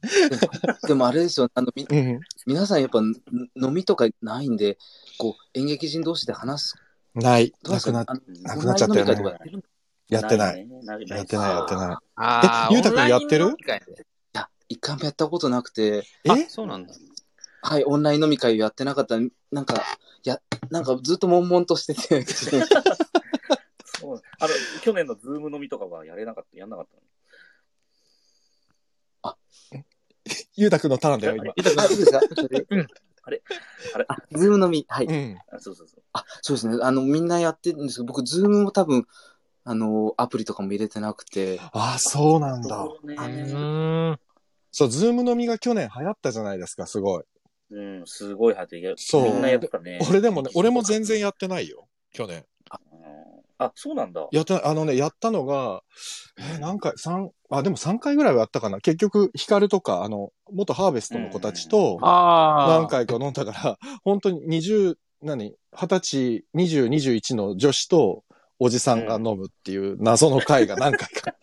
でもあれですよ、あの、み
うんうん。
皆さんやっぱ、ん飲みとかないんで、こう、演劇人同士で話す。
ない。なくなっ
あの
なくなっちゃったよね
オンライン飲み会とかやってるんで
やってない。
ね。ない
やってない、やってな
ああ。
えゆうたくんやってる
オンライン飲み会ね
いや、一回もやったことなくて、
い。
あ
え、
そうなんだ。
はい、オンライン飲み会やってなかった。なんか、や、なんかずっと悶々として て。
そうあの、去年のズーム飲みとかはやれなかった、やんなかったの
ゆうたくんのターンだよ、今。
あ、いいですか
うん
あれ
あ、ズーム飲み。はい。
うん。
あそうそうそう。
あ、そうですね。あの、みんなやってるんですけど、僕、ズームも多分、あの、アプリとかも入れてなくて。
ああ、そうなんだ。
そうね
うーん。
そう、ズーム飲みが去年流行ったじゃないですか、すごい。
うん、すごい派手や。
そう
みんなやってたね。
俺でもね、俺も全然やってないよ、去年。
うんあ、そうなんだ。
やってない、あのね、やったのが、えー何回、三、あ、でも3回ぐらいはやったかな。結局、ヒカルとか、あの、元ハーベストの子たちと、
ああ。
何回か飲んだから、本当に20、何、20歳、20、21の女子と、おじさんが飲むっていう謎の会が何回か、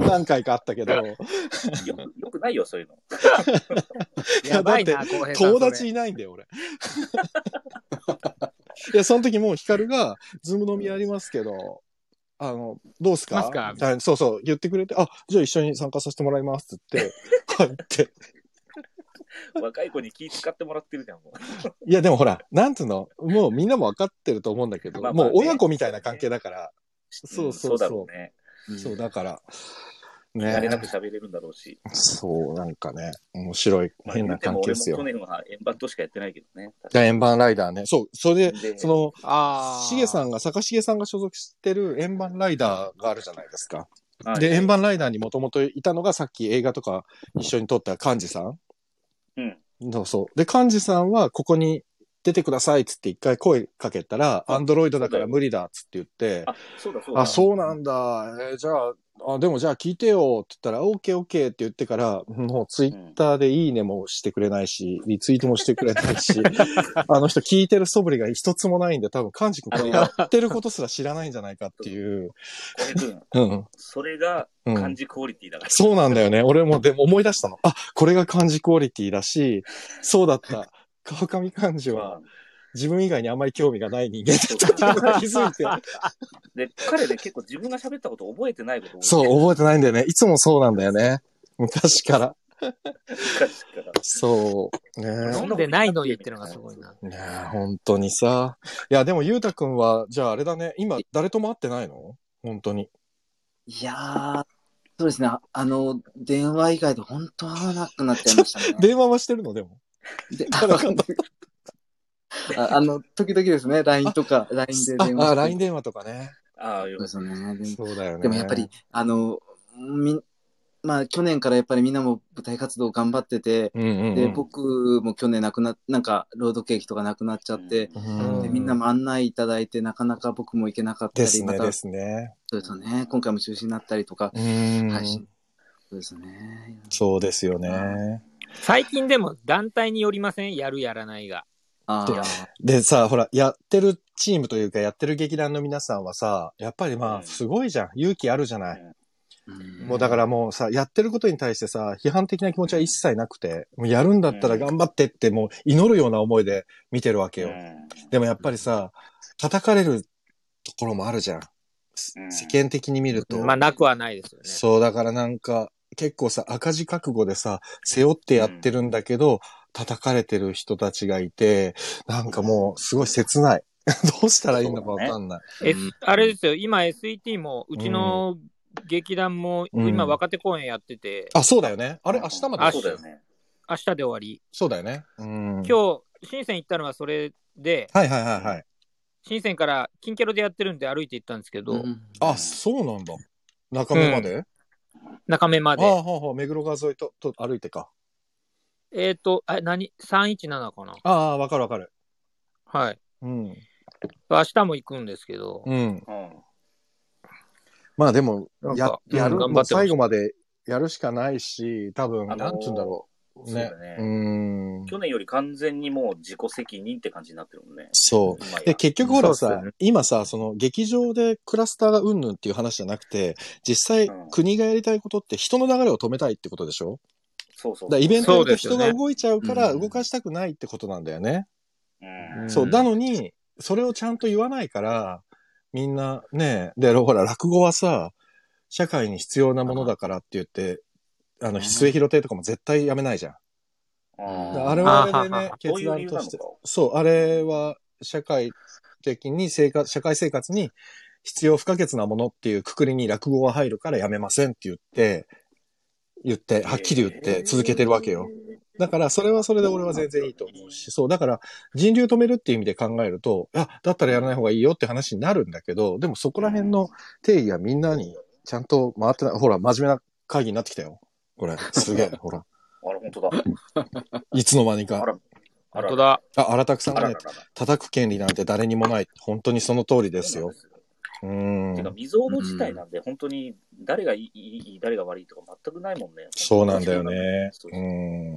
何回かあったけど、
よくよくないよ、そういうの。
やばいな、
だ
浩平さん
友
そ
達
れ
いないんだ よ、俺。いや、その時もうヒカルが、ズーム飲みありますけど、あの、どうす
ま
か
すか
はいそうそう、言ってくれて、あ、じゃあ一緒に参加させてもらいますって 言って、入って。
若い子に気使ってもらってるじゃん、も
いや、でもほら、なんつうの、もうみんなも分かってると思うんだけど、
まあまあ
もう
ね
親子みたいな関係だから、
う。
そうそ
んそううだ
そ
ろうね。
う。そう、だから。
慣れな
ね
く喋れるんだろうし。
そう、なんかね、面白い、変な関係ですよ。
でも俺も去年は円盤としかやってないけどね。
円盤ライダーね。そう、それで、
で
その、
ああ。
しげさんが、坂重さんが所属してる円盤ライダーがあるじゃないですか。
はい
で、円盤ライダーにもともといたのが、さっき映画とか一緒に撮った幹事さん。
うん。
そうそう。で、幹事さんはここに出てくださいっつって一回声かけたら、アンドロイドだから無理だっつって言って、
あ、そうだそうだ。
あ、そうなんだ。えーじゃあ、あ、でもじゃあ聞いてよって言ったら、オーケーオーケーって言ってから、もうツイッターでいいねもしてくれないし、リツイートもしてくれないし、あの人聞いてる素振りが一つもないんで、多分、カンジ君これやってることすら知らないんじゃないかっていう。
小平君
うん。
それが
うん
漢字クオリティだから。
そうなんだよね。俺もでも思い出したの。あ、これが漢字クオリティだし、そうだった。川上漢字は自分以外にあんまり興味がない人間だったって気づいて。
で、彼ね、結構自分が喋ったこと覚えてないこと多い
そう、覚えてないんだよね。いつもそうなんだよね。昔から。
昔から。
そう。ね
飲んでないのにってのがすごいな。
え。ねえ、本当にさ。いや、でも、ゆうたくんは、じゃああれだね。今、誰とも会ってないの本当に。
いやー、そうですね。ああの、電話以外で本当会わなくなっちゃいましたね。
電話はしてるの でも。
で、あの、 ああの時々ですね、LINE とか、LINE で電話
あ、あ
して
LINE 電話とかね。
ああ、よ
そう
かっ
で
た
すよね。でも
そうだよね。
でもやっぱり、、あの、みん、まあ去年からやっぱりみんなも舞台活動頑張ってて、
うんうん、うん。
で、僕も去年亡くな、なんか、ロードケーキとかなくなっちゃって、
うん
で、みんなも案内いただいて、なかなか僕も行けなかった
で
り、
す
ま
ね、
た、
で
そ
すね。
うですよね、今回も中止になったりとか、
うん。
配信、そうですよね。
そうですよね。
最近でも団体によりませんやるやらないが。
あ
いや
あ、
でさ、ほら、やってるチームというか、やってる劇団の皆さんはさ、やっぱりま
う
あ、
ん
すごいじゃん。勇気あるじゃない。
うん
もうだからもうさ、やってることに対してさ、批判的な気持ちは一切なくて、もうやるんだったら頑張ってって、もう祈るような思いで見てるわけよ。でもやっぱりさ、叩かれるところもあるじゃん。す
うん
世間的に見ると。
まあなくはないですよね。
そう、だからなんか、結構さ、赤字覚悟でさ、背負ってやってるんだけど、叩かれてる人たちがいて、なんかもう、すごい切ない。 どうしたらいいのかわかんない。
S あれですよ、今 SET も、うちの劇団も、
うん
今若手公演やってて、
あ、そうだよね。あれ、明日まで
あ
そうだよね。
明日で終わり。
そうだよね。うん。
今日、深セン行ったのはそれで、
はいはいはいはい。
深センから金キャロでやってるんで歩いて行ったんですけど、
うん
あ、そうなんだ。中目まで、
中目ま
ああ、
で。
はあはあ、目黒川沿いとと歩いてか。
えっ、と、あ何 ?317 かな
ああ、わかるわかる。
はい。
うん。
明日も行くんですけど、
うん。
うん。
まあでも
な、ん
や
か、
やる、
うん頑
も
張ってま
う
した
最後までやるしかないし、多分、
あのー
なんつうんだろう。
そう
ね
だ。ね
うーん。
去年より完全にもう自己責任って感じになってるもんね。
そう。
今や
で、結局ほら
そうっ
さ
すよね、
今さ、その劇場でクラスターがうんぬんっていう話じゃなくて、実際
うん
国がやりたいことって人の流れを止めたいってことでしょ
そうそう。
だからイベント
そ
や
う
ると
ですよ
人
ね
が動いちゃうから
うん
動かしたくないってことなんだよね。
うん
そうう、
ん
なのに、それをちゃんと言わないから、みんなね、で、ほら、落語はさ、社会に必要なものだからって言って、あの、末広亭とかも絶対やめないじゃん。
うん
あれはあれ
あは
でね
は、
ど
決
ういう理
断
由な
と
の
して
か。
そう、あれは社会的に生活、社会生活に必要不可欠なものっていうくくりに落語が入るからやめませんって言って、言って、はっきり言って続けてるわけよ。だから、それはそれで俺は全然いいと思うし、そう、だから、人流止めるっていう意味で考えると、あ、だったらやらない方がいいよって話になるんだけど、でもそこら辺の定義はみんなにちゃんと回ってない。ほら、真面目な会議になってきたよ。これ、すげえ、ほら。
あら、本当だ。
いつの間に
あ
か。
ら、あ
本
ら
当、だ。
あ、荒拓さん
あ
が
らら
ね
ら、
叩く権利なんて誰にもない。本当にその通りで
です
よ。。う
てか、
ん。
未曾有の事態なんで、本当に誰がいいいい、誰が悪いとか全くないもんね。
そうなんだよね
そう。
う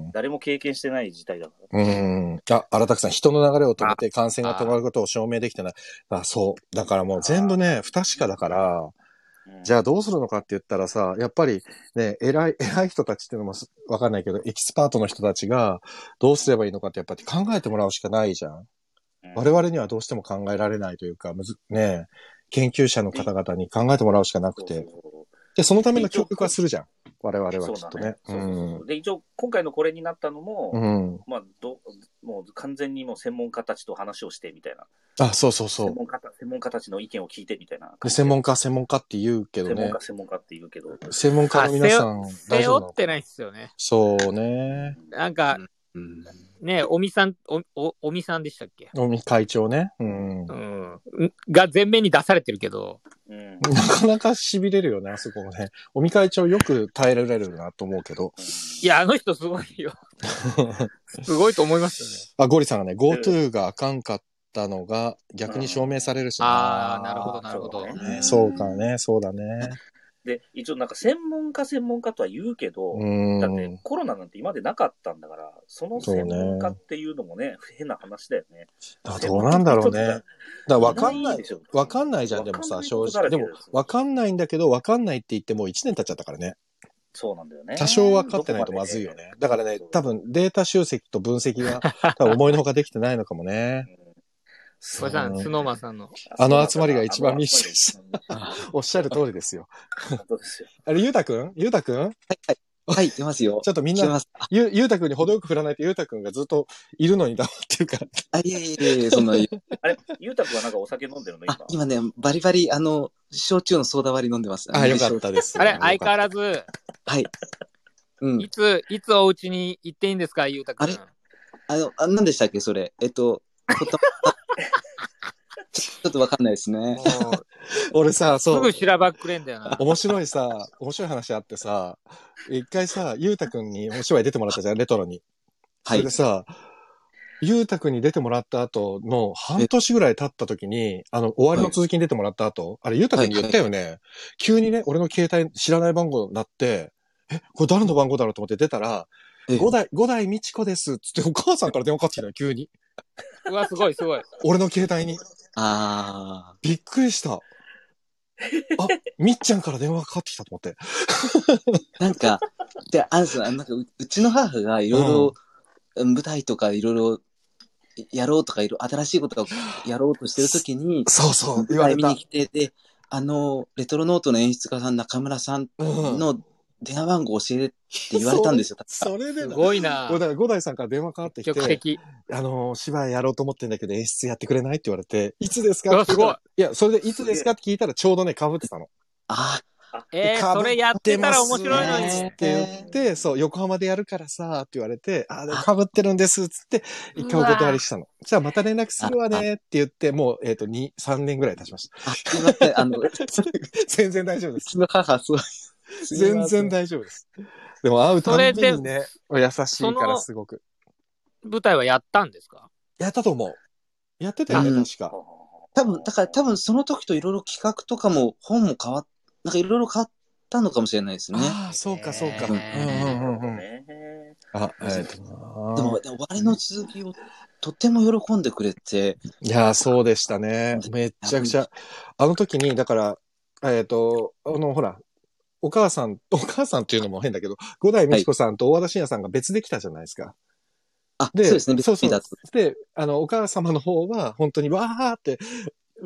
ん。
誰も経験してない事態だか
う
ら。
ん。あ、荒拓さん、人の流れを止めて感染が止まることを証明できてない。あ、そう。だからもう全部ね、不確かだから、
うん
じゃあどうするのかって言ったらさ、やっぱりね、偉い、偉い人たちっていうのもすわかんないけど、エキスパートの人たちがどうすればいいのかってやっぱり考えてもらうしかないじゃん。
うん
我々にはどうしても考えられないというか、むず、ね、研究者の方々に考えてもらうしかなくて。
そうそうそう
で、そのための協力はするじゃん。我々はき
そ
っ
う
と
だ
ね。う。
そうそうそうんで、一応、今回のこれになったのも、
うん。
まあ、どもう完全にもう専門家たちと話をしてみたいな。
あ、そうそうそ
専
う。
門家た専門家たちの意見を聞いてみたいな。
で、専門家、専門家って言うけど
専門
ね
家、。専門家って言うけど。
専門家の皆さん、
背
大丈夫な
負
の
ってないっすよね。
そうね。
なんか、
うん
ねえ、おみさん、お、お、おみさんでしたっけ
尾身会長ね。うん。
う。
なん
が前面に出されてるけど、
うん。
かなか痺れるよね、あそこもね。尾身会長よく耐えられるなと思うけど。
いや、あの人すごい よ。すごいと思いますよね。
あ、ゴリさんがね、GoTo があかんかったのが逆に証明されるし
ああ、なるほど、なるほど。
そうね
ねそうかね、そうだね。
で、一応なんか専門家専門家とは言うけど、
うん。
だってコロナなんて今までなかったんだから、その専門家っていうのもね、変な話だよね。
だからどうなんだろうね。だからわかんない。
でしょ。
わかんないじゃん、でもさ、正直。でも、わ
わ
かんないんだけど、わかんないって言ってもう1年経っちゃったからね。
そうなんだよね。
多少わかってないとまずいよね。だからね、多分データ集積と分析 が、多分思いのほかできてないのかもね。
これさ、スノーマンさんの。
あの集まりが一番民主でし
す。
おっしゃる通りですよ。
本当ですよ。
あれ、ゆうたくんゆうたくん
はい、出ますよ
ち。ょっとみん
出
な、
ます。あ
ゆゆうたくんに程よく振らないと、ゆうたくんがずっといるのに黙ってるから。
あ、いえいえ いえ、そん
あ
な、
れ、ゆうたくんはなんかお酒飲んでるの今
あ。、今ね、バリバリ、あの、焼酎のソーダ割り飲んでます。
あ、よかったです。
あれ、相変
ら
わらず、
はい。うん
い。つ、いつお家に行っていいんですか、ゆうたくん
あ。れあの、あ、何でしたっけ、それ。えっ と、こた ちょちょっとわかんないですね。
もう
俺さ、そ
す
う
ぐ。しらばっくれんだよな。
面白いさ、面白い話あってさ、一回さ、ゆうたくんにお芝居出てもらったじゃん、レトロに。そ
は
れ
い
で。さ、ゆうたくんに出てもらった後の半年ぐらい経った時に、あの、終わりの続きに出てもらった後、あれ、ゆうたくんに言ったよね、急にね、俺の携帯知らない番号になって、え、これ誰の番号だろうと思って出たら、
ええ
五代、五代美智子です。つってお母さんから電話かかってきたのよ、急に。
うわ、すごい、すごい。
俺の携帯に。
あ
びっくりした。あ、みっちゃんから電話がかかってきたと思って。
ー。なんか、で、あれですあのなんかう、うちの母がいろいろ、舞台とかいろいろ、やろうとかいろ、新しいことがやろうとしてるときに、
そうそう、言われ
舞台見
た
に。来て、で、あの、レトロノートの演出家さん、中村さん
うん
の電話番号教えてって言われたんですよ。
それですな。
ごいな
五。代、五代さんから電話かかってき
積極
て、
的。
あのー、芝居やろうと思ってんだけど演出やってくれないって言われて、いつです
う
か
わ、すごい。
いや、それでいつですかって聞いたらちょうどね、被ってたの。
あ
えー、それやってたら面白いの
被
に。
ってますねって言って、そう、横浜でやるからさ、って言われて、あ、でも被ってるんです、つって、一回お断りしたの。じゃあまた連絡するわね、って言って、もう、えっ、と、2、3年ぐらい経ちま した。
あ、あ、すいません。あの、う
全然大丈夫です。
ちの母、そう。すい
全
ませ
然
ん
大丈夫です。でも会うたんびに
そ
ね、お優しいからすごく。
舞台はやったんですか
やったと思う。やってたよね、
うん
確か。
多分、だから多分その時といろいろ企画とかも本も変わっ、なんかいろいろ変わったのかもしれないですね。
ああ、そうか、そうか。う
へ
ん
ー
うんうんうん。
ね
あ、えっとな
でも、でも我の続きをとても喜んでくれて、
いやー、そうでしたね。めっちゃくちゃ。あの時に、だから、えっ、と、あの、ほら、お母さん、 お母さんっていうのも変だけど、五代美智子さんと大和田信也さんが別で来たじゃないですか。
あ、そう
で
ですね、別
そうそう
にだと。
で、あの、お母様の方は、本当に、わーって、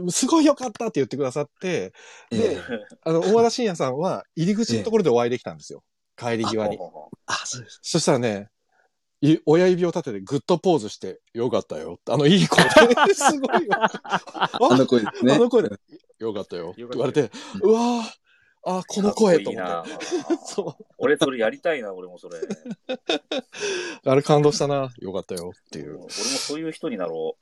すごいよかったって言ってくださって、
え
で
え、
あの、大和田信也さんは、入り口のところでお会いできたんですよ。帰り際に。
あ、そうです。
そしたらね、い親指を立ててグッとポーズして、よかったよ。あの、いい子で、すごい よ。あ
あの声ですね。
あの声で、よかったよ。って言われて、うわーあー、この声と思って。
て
そ
俺それやりたいな、俺もそれ。
う。あれ感動したな。よかったよ。ってい
俺
う。
もそういう人になろ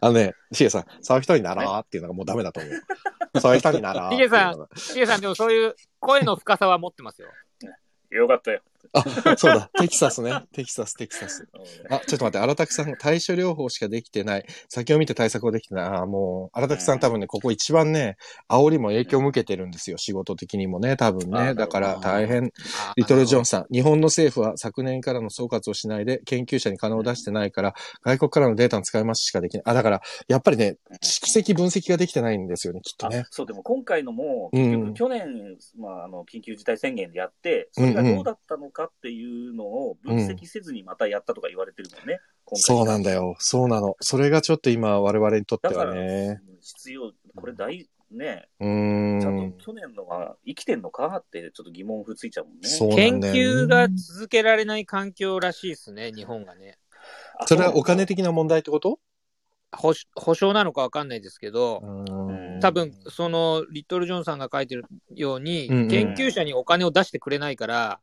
あのね、シゲさん、そういう人にならーっていうのがもうダメだと思 う。そういう人にならー。
シゲさん。しげさん、でもそういう声の深さは持ってますよ。
う。よかったよ。
あ、そうだ。テキサスね。テキサス、テキサス。
うん
あ、ちょっと待って、荒滝さん、対処療法しかできてない。先を見て対策をできてない。あーもう、荒滝さん多分ね、ここ一番ね、煽りも影響を受けてるんですよ。仕事的にもね、多分
あ
ね。
ー
だから
なる
大
ほど
変。
あ
リトル・ジョ
ン。
ンさん、日本の政府は昨年からの総括をしないで、研究者に可能を出してないから、外国からのデータの使い回ししかできない。あ、だから、やっぱりね、蓄積分析ができてないんですよね、きっと
あ
ね。
そう、でも今回のも、
うん
結局去年、まあ、あの、緊急事態宣言でやって、それがどうだったのかっていうのを分析せずにまたやったとか言われてるもんね。今回
そうなんだよ。そうなの。それがちょっと今、我々にとって
だか
は
ら、
ね。
必要、これ大、ね、
うー
ちゃ
ん
ん。と去年のが生きてんのかってちょっと疑問符ついちゃうもんね。
そうなん
研
だよね
究が続けられない環境らしいですね、日本がね。
あ
それはお金
で。
的な問題ってこと
保保証なのかわかんないですけど、
うん
多分、その、リトル・ジョンさんが書いてるように、
うんうん
研究者にお金を出してくれないから、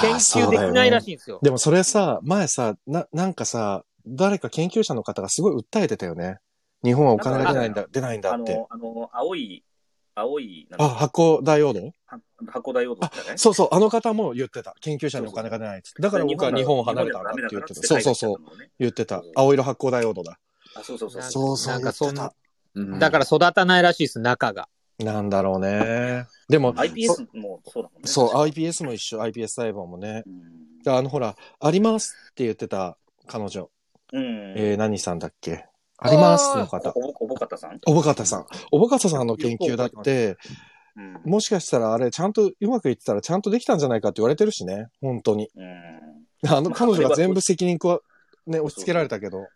研究できないらしいんですよ。
でもそれさ、前さ、な、なんかさ、誰か研究者の方がすごい訴えてたよね。日本はお金が出ないんだ、出ないんだ
あ
って
の。、あの、青い、青い、なん
あ、
だ
発光ダイオード
は箱ダイオードじゃない
そうそう、あの方も言ってた。研究者にお金が出ないっつってだから僕は日本を離れたんだって言ってた。そうそうそう。言ってた。青色発光ダイオードだ。
あ、そうそうそう。
そうそう
なん
言
か
って
そんな
た。、
うん
だから育たないらしいです、中が。
なんだろうね。でも、
IPS もそうだもんね。
そう、IPS も一緒、iPS 細胞もね。
うん。
であの、ほら、ありますって言ってた彼女。
うん。
えー、何さんだっけありますの方。
おぼおぼかたさん
おぼかたさん。おぼかたさんの研究だって、
うん。
もしかしたらあれ、ちゃんとうまくいってたらちゃんとできたんじゃないかって言われてるしね。本当に。
うん
あの、彼女が全部責任くわ、ね、押し付けられたけど。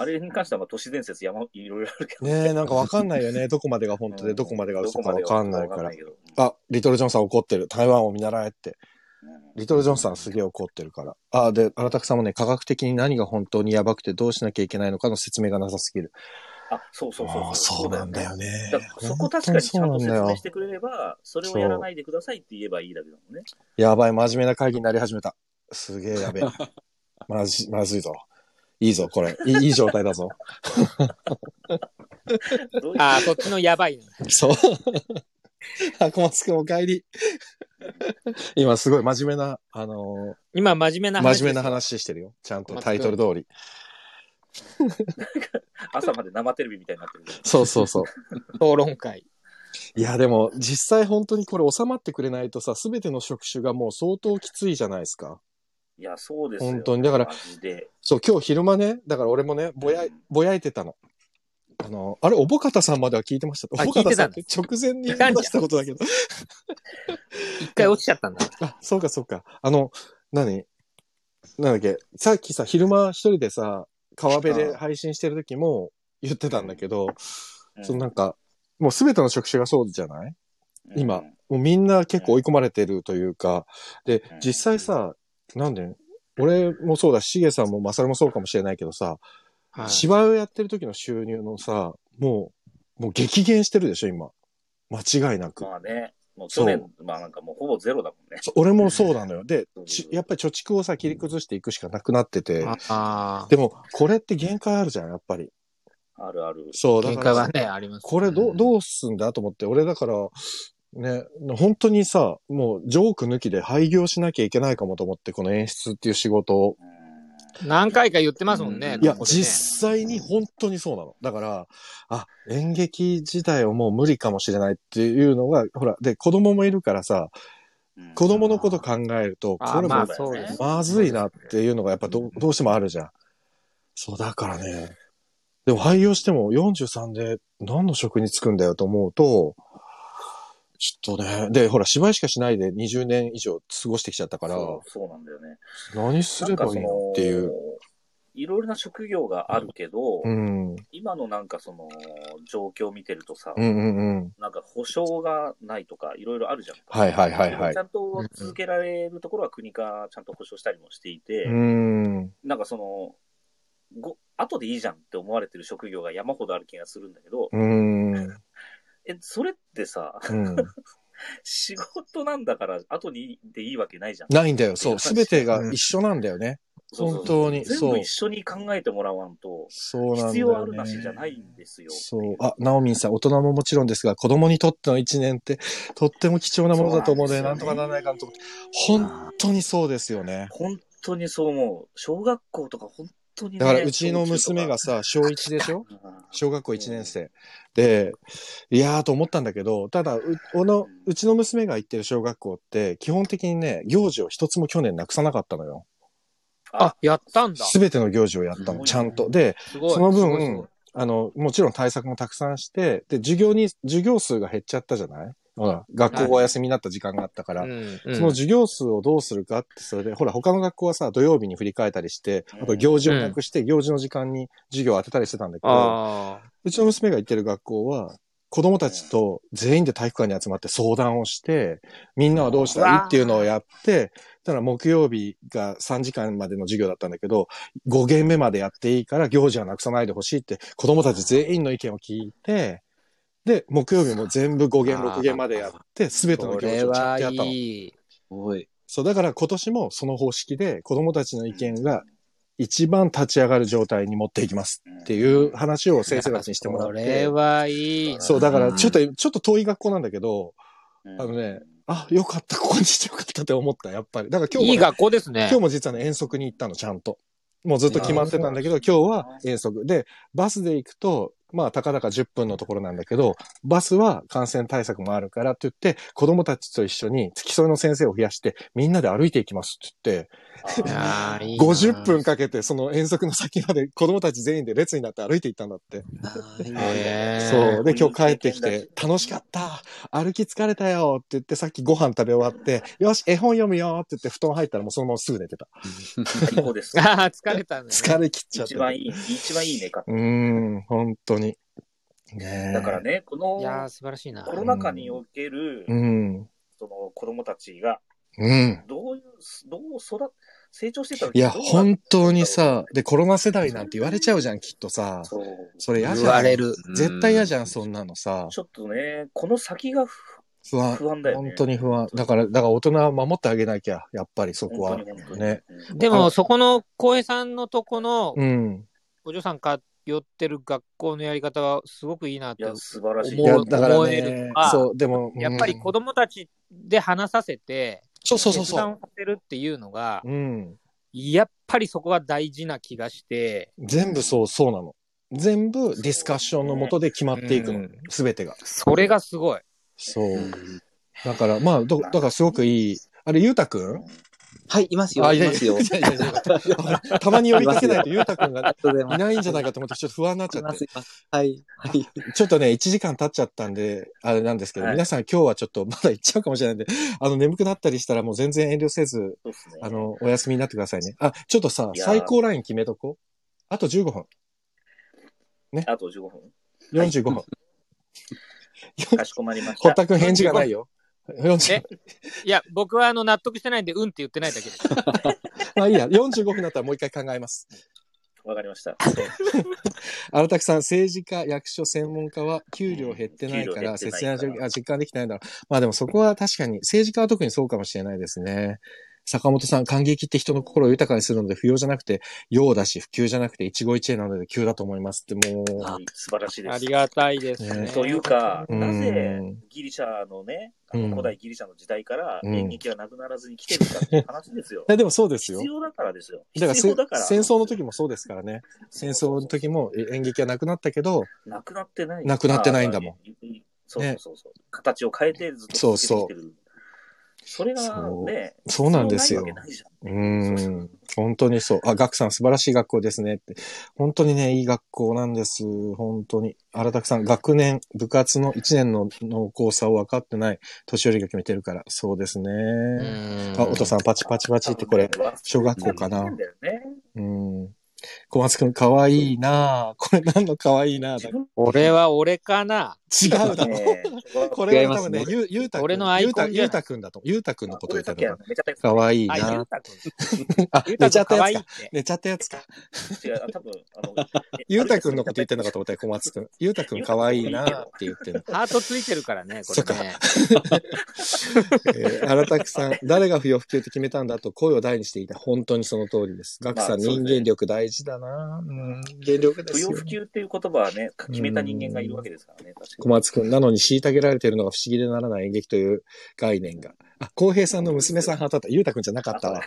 あれに関してはまあ都市伝説山、いろいろあるけど。
ねえ、なんかわかんないよ ね。どこまでが本当
う
で、
ん
どこまでが嘘
ど
か
こま
わ
で
かんないから
わ。けど
あ、リトル・ジョンさん怒ってる。台湾を見習えって。リトル・ジョンさんすげえ怒ってるから。あ、で、荒拓さんもね、科学的に何が本当にやばくてどうしなきゃいけないのかの説明がなさすぎる。
あ、そうそうそう
あーそうなんだよね
だから。そこ確かにちゃんと
本当にそう
説
なんだ
明
よ
してくれれば、それをやらないでくださいって言えばいいだけだもんね。
やばい、真面目な会議になり始めた。すげえ やべえ。まじ、まずいぞ。いいぞ、これ。いいいい状態だぞ。
どういう
ああ、そっちのやばいの。
そう。あ、小松くんお帰り。今すごい真面目な、あの
今、真面目
ー
な話。
真面目な。話してるよ。ちゃんとタイトル通り。
朝まで生テレビみたいになってるけど。
そうそうそう。
討論会。
いや、でも、実際本当にこれ収まってくれないとさ、すべての職種がもう相当きついじゃないですか。
いや、そうですよ。
本当にだから
マジで。
そう、今日昼間ね、だから俺もね、ぼやい、ぼやいてたの。あの、あれ、おぼかたさんまでは聞いてました。
あ
おぼかたさんっ
聞
て
い
直前に話したことだけど。
一回落ちちゃったんだ。
あ、そうかそうか。あの、何なんだっけ、さっきさ、昼間一人でさ、川辺で配信してる時も言ってたんだけど、
うん
そのなんか、もうすべての職種がそうじゃない今
うん
もうみんな結構追い込まれてるというか、で
うん、
実際さ、なんで、俺もそうだし、しげさんもまさるもそうかもしれないけどさ、
はい
芝居をやってる時の収入のさ、もう、もう激減してるでしょ、今。間違いなく。
まあね、もう去年、まあなんかもうほぼゼロだもんね。
そう俺もそうなのよ。で
う、ん
ちやっぱり貯蓄をさ、切り崩していくしかなくなってて。
ああ。
でも、これって限界あるじゃん、やっぱり。
あるある。
そう、だ
限
か
界
ら
はね、あります。
これど
う
うんどうすんだと思って、俺だから、ね、本当にさ、もうジョーク抜きで廃業しなきゃいけないかもと思って、この演出っていう仕事を。
うん
何回か言ってますもんね。
うん
いや、
ここでね
実際に本当にそうなの。だから、あ、演劇自体をもう無理かもしれないっていうのが、ほら、で、子供もいるからさ、
うん
子供のこと考えると、
あー
これ
ま
も
あそうです
まずいなっていうのがやっぱどどうしてもあるじゃん。そう、だからね。でも廃業しても43で何の職に就くんだよと思うと、ちょっとね。で、ほら、芝居しかしないで20年以上過ごしてきちゃったから、
そうそうなんだよね。
何すればいいのってい
なんか
う。
その。いろいろな職業があるけど、
うん。うん
今のなんかその状況を見てるとさ、
うんうん。
なんか保証がないとかいろいろあるじゃん。
はいはいはいはい
ちゃんと続けられるところは国がちゃんと保証したりもしていて、
うん。
なんかその、ご後でいいじゃんって思われてる職業が山ほどある気がするんだけど、
うん。
え、それってさ、
うん。
仕事なんだから後にでいいわけないじゃん。
ないんだよ。そう。すべてが一緒なんだよね。
そうそ
本
うそう
当に。
全
そ
部
う
一。緒に考えてもらわんと、
そうなんだ
必
よ、ね。
要あるなしじゃないんですよ。
そう。あ、ナオミンさん、大人ももちろんですが、子供にとっての一年って、 とっても貴重なものだと思うので、
そうな
なんん
です
と
よ
か
ね
ならないかなと思って。本当にそうですよね。
本当にそう思う。小学校とか本当にね、
だから、うちの娘がさ、小1でしょ小学校1年生。で、いやーと思ったんだけど、ただ、う、おの、うちの娘が行ってる小学校って、基本的にね、行事を一つも去年なくさなかったのよ。
あ、やったんだ。
すべての行事をやった
う
の、
ん
ちゃんと。で、
すごい。
その分
すごいすごい
あの、もちろん対策もたくさんして、で、授業に、授業数が減っちゃったじゃないほら、学校がお休みになった時間があったから、
うんうん
その授業数をどうするかって、それで、ほら、他の学校はさ、土曜日に振り替えたりして、あと行事をなくして、行事の時間に授業を当てたりしてたんだけど、
ああ。
うちの娘が行ってる学校は、子供たちと全員で体育館に集まって相談をして、みんなはどうしたらいいっていうのをやって、たら木曜日が3時間までの授業だったんだけど、5限目までやっていいから行事はなくさないでほしいって、子供たち全員の意見を聞いて、で、木曜日も全部5限、6限までやって、すべての
こ
行事
れ
をちゃん
は
とやったの
い。い。
おい。
そう、だから今年もその方式で子供たちの意見が一番立ち上がる状態に持っていきますっていう話を先生たちにしてもらっ
こ
て
れ。はいい。
そう、だから
うん
ちょっと、ちょっと遠い学校なんだけど、
うん
あのね、あ、よかった、ここにしてよかったって思った、やっぱり。だから今日もね、
いい学校ですね。
今日も実はね、遠足に行ったの、ちゃんと。もうずっと決まってたんだけど、今日は遠足。で、バスで行くと、まあ、たかだか10分のところなんだけど、バスは感染対策もあるからって言って、子供たちと一緒に付き添いの先生を増やして、みんなで歩いていきますって
あー
言
いい
って、
な
50分かけて、その遠足の先まで子供たち全員で列になって歩いていったんだって。
あーいいね
へー
そう。で、今日帰ってき
いい経
て
験、だ
楽しかった歩き疲れたよって言って、さっきご飯食べ終わって、よし、絵本読むよって言って、布団入ったらもうそのまますぐ寝てた。
最 高です。
ああ、疲れたんだ、ね。
疲れ切っちゃって
一
た。
番いい、一番いいねか。
うーん、本当に。ねえ
だから。ね、こ
いやー、
の
素晴らしいな
コ。ロナ禍における、
うん。
その子供たちが、
うん。
どういう、どう育、成長してたの
いや、本当に
どう
さ、で、コロナ世代なんて言われちゃうじゃん、きっとさ。
そう
それ嫌じゃん。
言われる。
絶対嫌じゃん、そんなのさ。
ちょっとね、この先が不
不安。
不安だよね。
本当に不安。だから、だから大人は守ってあげなきゃ、やっぱりそこは
本当に本当。に
ね。
うん
でも、そこの、浩平さんのとこの、
うん。
お嬢さんが寄ってる学校のやり方は、すごくいいなっ
い
て
や、素晴らしい。
い
思
や、
う
だから
思える
ね
の、は
そう、でも、
やっぱり子
供、
供たちで話させて、
そうそうそう
決
そ
断
う。
をさせるっていうのが、
うん。
やっぱりそこが大事な気がして、
全部そう、そうなの。全部ディスカッションのもとで決まっていく
う
の
ん。
すべてが。
それがすごい。
そう
う。ん
だから、まあ、どだからすごくいい。あれ、ゆうたくん
はい、いますよ、
あ
いま すよ。あ
い
り
やいやいやいやたまに呼びかけないと、ゆうたくんが
がとうございま
い
す。
ないんじゃないかと思って、ちょっと不安になっちゃ
いま
っ
す、
て。
います。はい、はい。
ちょっとね、1時間経っちゃったんで、あれなんですけど、
はい
皆さん今日はちょっとまだ行っちゃうかもしれないんで、あの、眠くなったりしたらもう全然遠慮せず、
そうですね。
あの、お休みになってくださいね。あ、ちょっとさ、
いやー
最高ライン決めとこう。あと15分。
あと15分。
45分。
かしこまりまし
堀
た。
田くん返事がないよ。45
えいや、僕はあの納得してないんで、うんって言ってな いだけです。
まあいいや、45分になったらもう一回考えます。
わかりました。
荒拓さん、政治家、役所、専門家は給料減ってないか
う
ら、
ん給料減っ
節
てな
約
いから
あ実感できてないんだろう。まあでもそこは確かに、政治家は特にそうかもしれないですね。坂本さん、感激って人の心を豊かにするので、不要じゃなくて、用だし、普及じゃなくて、一期一会なので、急だと思いますって、もう。
はい素晴らしいで
あ
す
り。がたいです
ね
ね。
というか、
うん
なぜギリシャのね、あ
うん
の古代ギリシャの時代から
うん。
演劇はなくならずに来てるかっていう話ですよ
えでもそう ですよ
必。要だからですよ。
だから
必
せ
要だから。
戦争の時もそうですからね。戦争の時もえ演劇はなくなったけど、
なくなってない。
なくなってないんだもん
まあ。そうそうそうそう。形を変えてずっと
そう
続け
そう
てきてる。それがね、
そうなんですよ
必要ないわけないじゃ
うー
ん
ん。本当にそう。あ、ガクさん素晴らしい学校ですねって。本当にね、いい学校なんです。本当に。荒拓さん、学年、部活の1年の濃厚さを分かってない年寄りが決めてるから。そうですね。あ、お父さん、パチパチパチってこれ、小学校かな
忘れてるんだよね
うん。小松くん、かわいいなぁ。これ何のかわいいなぁ
自。分
俺は俺かな。
違うだろ。
の ね、
これ
違い
は
ま
多
す
分
ね
ね、ゆう、ゆうたくん。
俺のアイコンじ
ゆ
ゃないう
たくんだと。ゆうたくんのことを言ったから。
めちゃめちゃ
かわいい
あ、ゆう
な
たくん。
あ、
ゆう
寝
た
ち
く
ゃ
ん
った
か
やつ
わいい
か。
って。
寝ちゃったやつか。
違う、多分、あの、
ゆうたくんのこと言ってんのかと思ったよ、小松くん。ゆうたくんかわいいなぁって言ってんの。
ハートついてるからね、こ
そ
れ
っか
ね。
えー、荒拓さん、誰が不要不急って決めたんだと声を大にしていた。本当にその通りです。ガクさん、
まあそうです
人
ね
間力大事だなうん、原力で
不
すよ
要。不急っていう言葉はね、決めた人間がいるわけですからね、確
小
かに。
松くん、なのに虐げられているのが不思議でならない演劇という概念が。あ、浩平さんの娘さん当たった。ゆうたくんじゃなかったわ。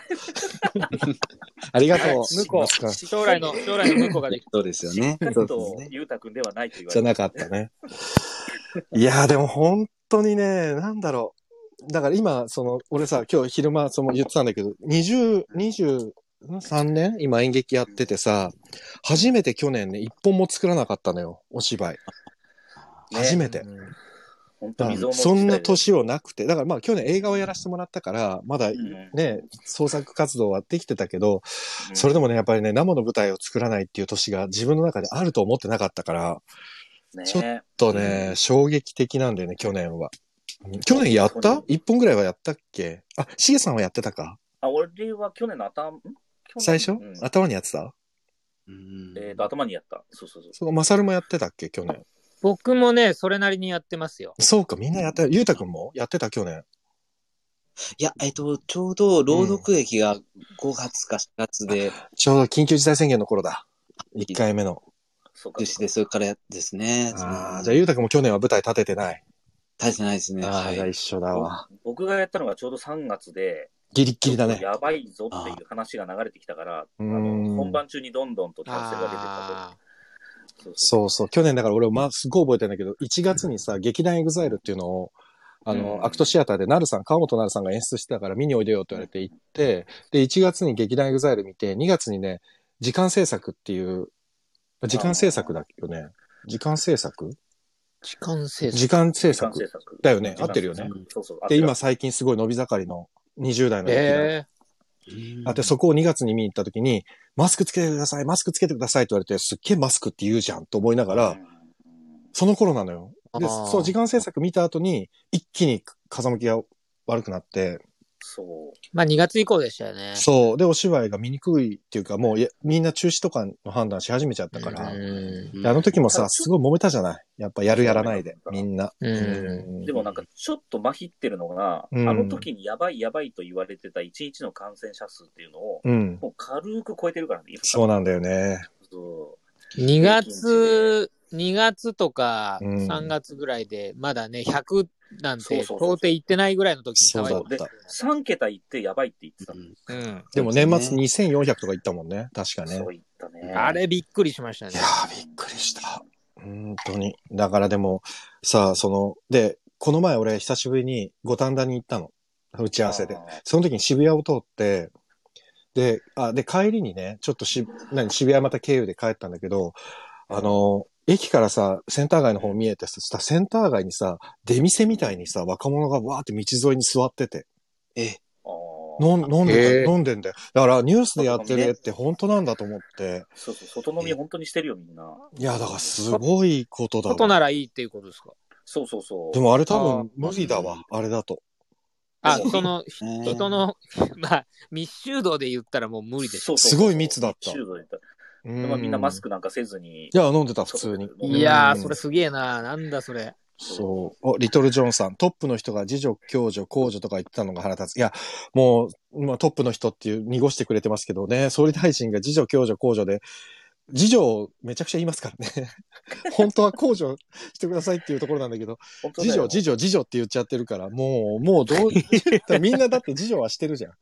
ありがとう。
向こ
小松くん
う、将来の、将来の向こうができ
そうですよね。
ちょ
そう
っ
です
と
ね、。
ゆうたくんではないと言わ
じゃ
れ
な
て。
かったね。 いやーでも本当にね、なんだろう。だから今、その、俺さ、今日昼間、その言ってたんだけど、20、23年今演劇やっててさ、初めて去年ね、一本も作らなかったのよ、お芝居。
ね
初めて。
本
だ
当
か
に
らそんな年をなくて、だからまあ去年映画をやらせてもらったから、まだね、創作活動はできてたけど、それでもね、やっぱりね、生の舞台を作らないっていう年が自分の中であると思ってなかったから、
ね
ちょっとね、衝撃的なんだよね、去年は。去年やっ
本当
た一本ぐらいはやったっけあ、しげさんはやってたか
あ、俺は去年の頭、ん去年
最初、
うん
頭にやってた
うん
えっと、頭にやった。そうそうそう。
そう、まさるもやってたっけ去年。
僕もね、それなりにやってますよ。
そうか、みんなやって、ゆうたくんもやってた去年。
いや、えっと、ちょうど朗読劇が5月か4月で、
ちょうど緊急事態宣言の頃だ。1回目の。
そうか
実。施で、それからやですね。
ああ、じゃあ、ゆうたくんも去年は舞台立ててない。
大してないですね。
あ
は
あ、
い
じゃあ。一緒だわ。
僕がやったのがちょうど3月で、
ギリッギリだね。
やばいぞっていう話が流れてきたから、あの
うん
本番中にどんどんと達成が出て
あ
たと。そう
そうそう。去年だから俺、まあ、すっごい覚えてるんだけど、1月にさ、劇団エグザイルっていうのを、あの、
うん
アクトシアターで、なるさん、川本なるさんが演出してたから見においでよって言われて行って、で、1月に劇団エグザイル見て、2月にね、時間制作っていう、時間制作だっけよね。時間制作
ー時間制
時間制
時間制
作。
作。
だよね
時間
合ってるよね
制作そうそう。合って
で、
る
今、最近すごい伸び盛りの20代の劇団
え
あって、そこを2月に見に行った時に、マスクつけてください、マスクつけてくださいって言われて、すっげえマスクって言うじゃんと思いながら、その頃なのよ。で、
あー
そう、時間制作見た後に、一気に風向きが悪くなって、
そう。
ー、まあ2月以降でしたよね。
そう、で、お芝居が見にくいっていうか、もういや、みんな中止とかの判断し始めちゃったから、
うん
であの時もさ、
ただ
すごい揉めたじゃないやっぱやるやらないで、みんな。
うん
うん
でもなんか、ちょっと麻痺ってるのが、
うん
あの時にやばいやばいと言われてた1日の感染者数っていうのを、
うん。
もう軽く超えてるからね。
そうなんだよね。
そ
2月、2月とか
うん
3月ぐらいで、まだね、100なんて
そうそう
到
そう
底行ってないぐらいの時に
そう
騒い
だ
で
っ
で
た。
う。3桁いってやばいって言ってた。
うん
うん。
でも年末2400とか行ったもんね。確かね。
そう言ったね。
あれびっくりしましたね
いや。ー、びっくりした。本当に。だからでも、さあ、その、で、この前俺久しぶりに五反田に行ったの。打ち合わせで
あー。
その時に渋谷を通って、で、あ、で、帰りにね、ちょっとし、何、渋谷また経由で帰ったんだけど、あの、駅からさ、センター街の方見えてさ、さセンター街にさ、出店みたいにさ、若者がわーって道沿いに座ってて、
あー
飲ん飲んで
へ
た、
ー
飲んでんだよ。だからニュースでやってる絵って本当なんだと思って、
そうそう、外飲み本当にしてるよ、みんな。
いや、だからすごいことだわ。
外ならいいっていうことですか
そうそうそう。
でもあれ多
あ
分
ー
無理だわ、あれだと。
あ、
そう
その、
ね
人の、 まあ、密集度で言ったらもう無理でし
そ
ょ。
うそうそう
すごい密だった
密集度で言っ
う
た
ん
まあみんなマス。クなんかせずに
い。や、飲んでた、普通に。
そう
いやー、
うん
それすげえな。なんだそれ。
そう。お、リトル・ジョンさん。トップの人が次女、共助、公助とか言ってたのが腹立つ。いや、もう、まあ、トップの人っていう、濁してくれてますけどね、総理大臣が次女、共助、公助で、次女をめちゃくちゃ言いますからね。 本当は公助してくださいっていうところなんだけど、
本当だ
次
よ
女、次女、次女って言っちゃってるから、もう、もうどう、だからみんなだって次女はしてるじゃん。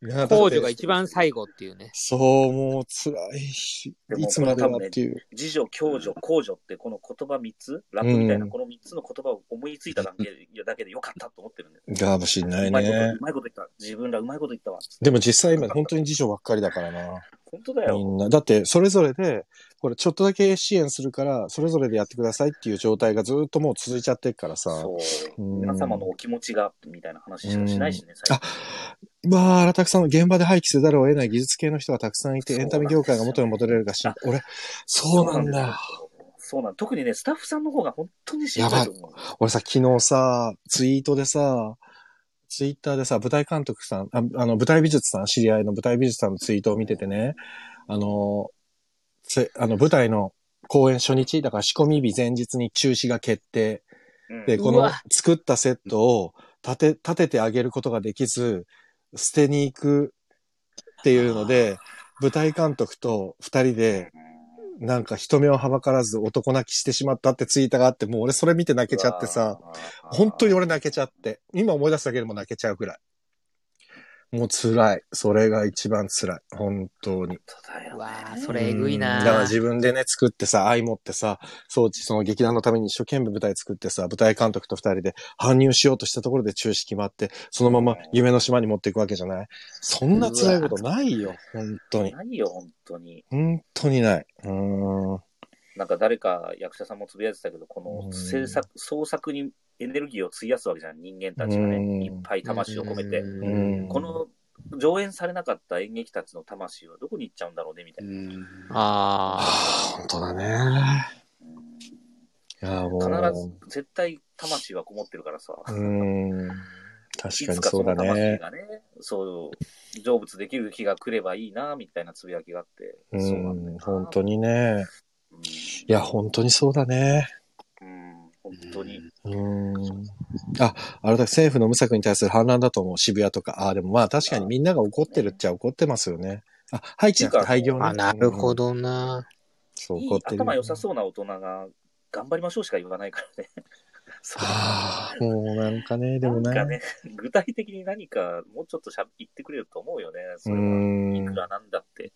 いやだって
公女が一番最後っていうね。
そう、もう辛いし、
でも
いつまでだっていう。
自助、共助、公助ってこの言葉3つ、ラップみたいな
うん
この3つの言葉を思いついただけ,、だけでよかったと思ってるんだよ。
かもしんないう
まいこと、
ね
う。まいこと言った。自分らうまいこと言ったわ。
でも実際今本当に辞書ばっかりだからな。
本当だ
み
よ。
んな。だってそれぞれで、これちょっとだけ支援するから、それぞれでやってくださいっていう状態がずっともう続いちゃってるからさ。
そう。
うん
皆様のお気持ちが、みたいな話しかしないしね、最
あ、まあ、荒拓さんの現場で廃棄せざるを得ない技術系の人がたくさんいて、
そう
エ
な
ンタ
んですよ
メ業界が元に戻れるかし
あ
俺、そうなんだ。。
そうなん特にね、スタッフさんの方が本当にしんどいと思う。
俺さ、昨日さ、ツイートでさ、ツイッターでさ、舞台監督さん、ああの、舞台美術さん、知り合いの舞台美術さんのツイートを見ててね、あの、つあの、舞台の公演初日、だから仕込み日前日に中止が決定。
うん
で、
う
この
わ
作ったセットを立て、立ててあげることができず、捨てに行くっていうので、舞台監督と二人で、なんか人目をはばからず男泣きしてしまったってツイートがあって、もう俺それ見て泣けちゃってさ、、本当に俺泣けちゃって。今思い出すだけでも泣けちゃうくらい。もう辛い。それが一番辛い。本当に。
う
わ
わー、それえぐ
う
い
ん
な。
だから自分でね、作ってさ、愛持ってさ、装置、その劇団のために一生懸命舞台作ってさ、舞台監督と二人で搬入しようとしたところで中止決まって、そのまま夢の島に持っていくわけじゃないそんな辛いことないよ。本当に。
何よ、本当に。
本当にない。うーん。
なんか誰か役者さんもつぶやいてたけど、こ
うん
の制作、創作にエネルギーを費やすわけじゃん、人間たちが
うん
ね。いっぱい魂を込めて。
うん
この上演されなかった演劇たちの魂はどこに行っちゃうんだろうね、みたいな。
あ
本当だね。いや、もう。
必ず、絶対魂はこもってるからさ。
うーん。確か
い
に
つか
そ
そう
だ
の
ね
魂。がね、そう、成仏できる日が来ればいいな、みたいなつぶやきがあって。
う
そうなんだよ
ん、
な
本当。にね。
うん
いや、本当にそうだね。
うん、本当に。
うーん。あれだ、政府の無策に対する反乱だと思う、渋谷とか。ああ、でもまあ確かにみんなが怒ってるっちゃ怒ってますよね。あ、廃棄じゃなくて廃業ね。
あ、なるほ
ど。
どな。
そう、
い
怒
い
ってる。
頭良さそうな大人が、頑張りましょうしか言わないからね。 それ
ああ、もうなんかね、でも
な
ね。
んかね、具体的に何か、もうちょっとしゃ言ってくれると思うよね、そうれは。い
ー
く
ん。
らなんだって。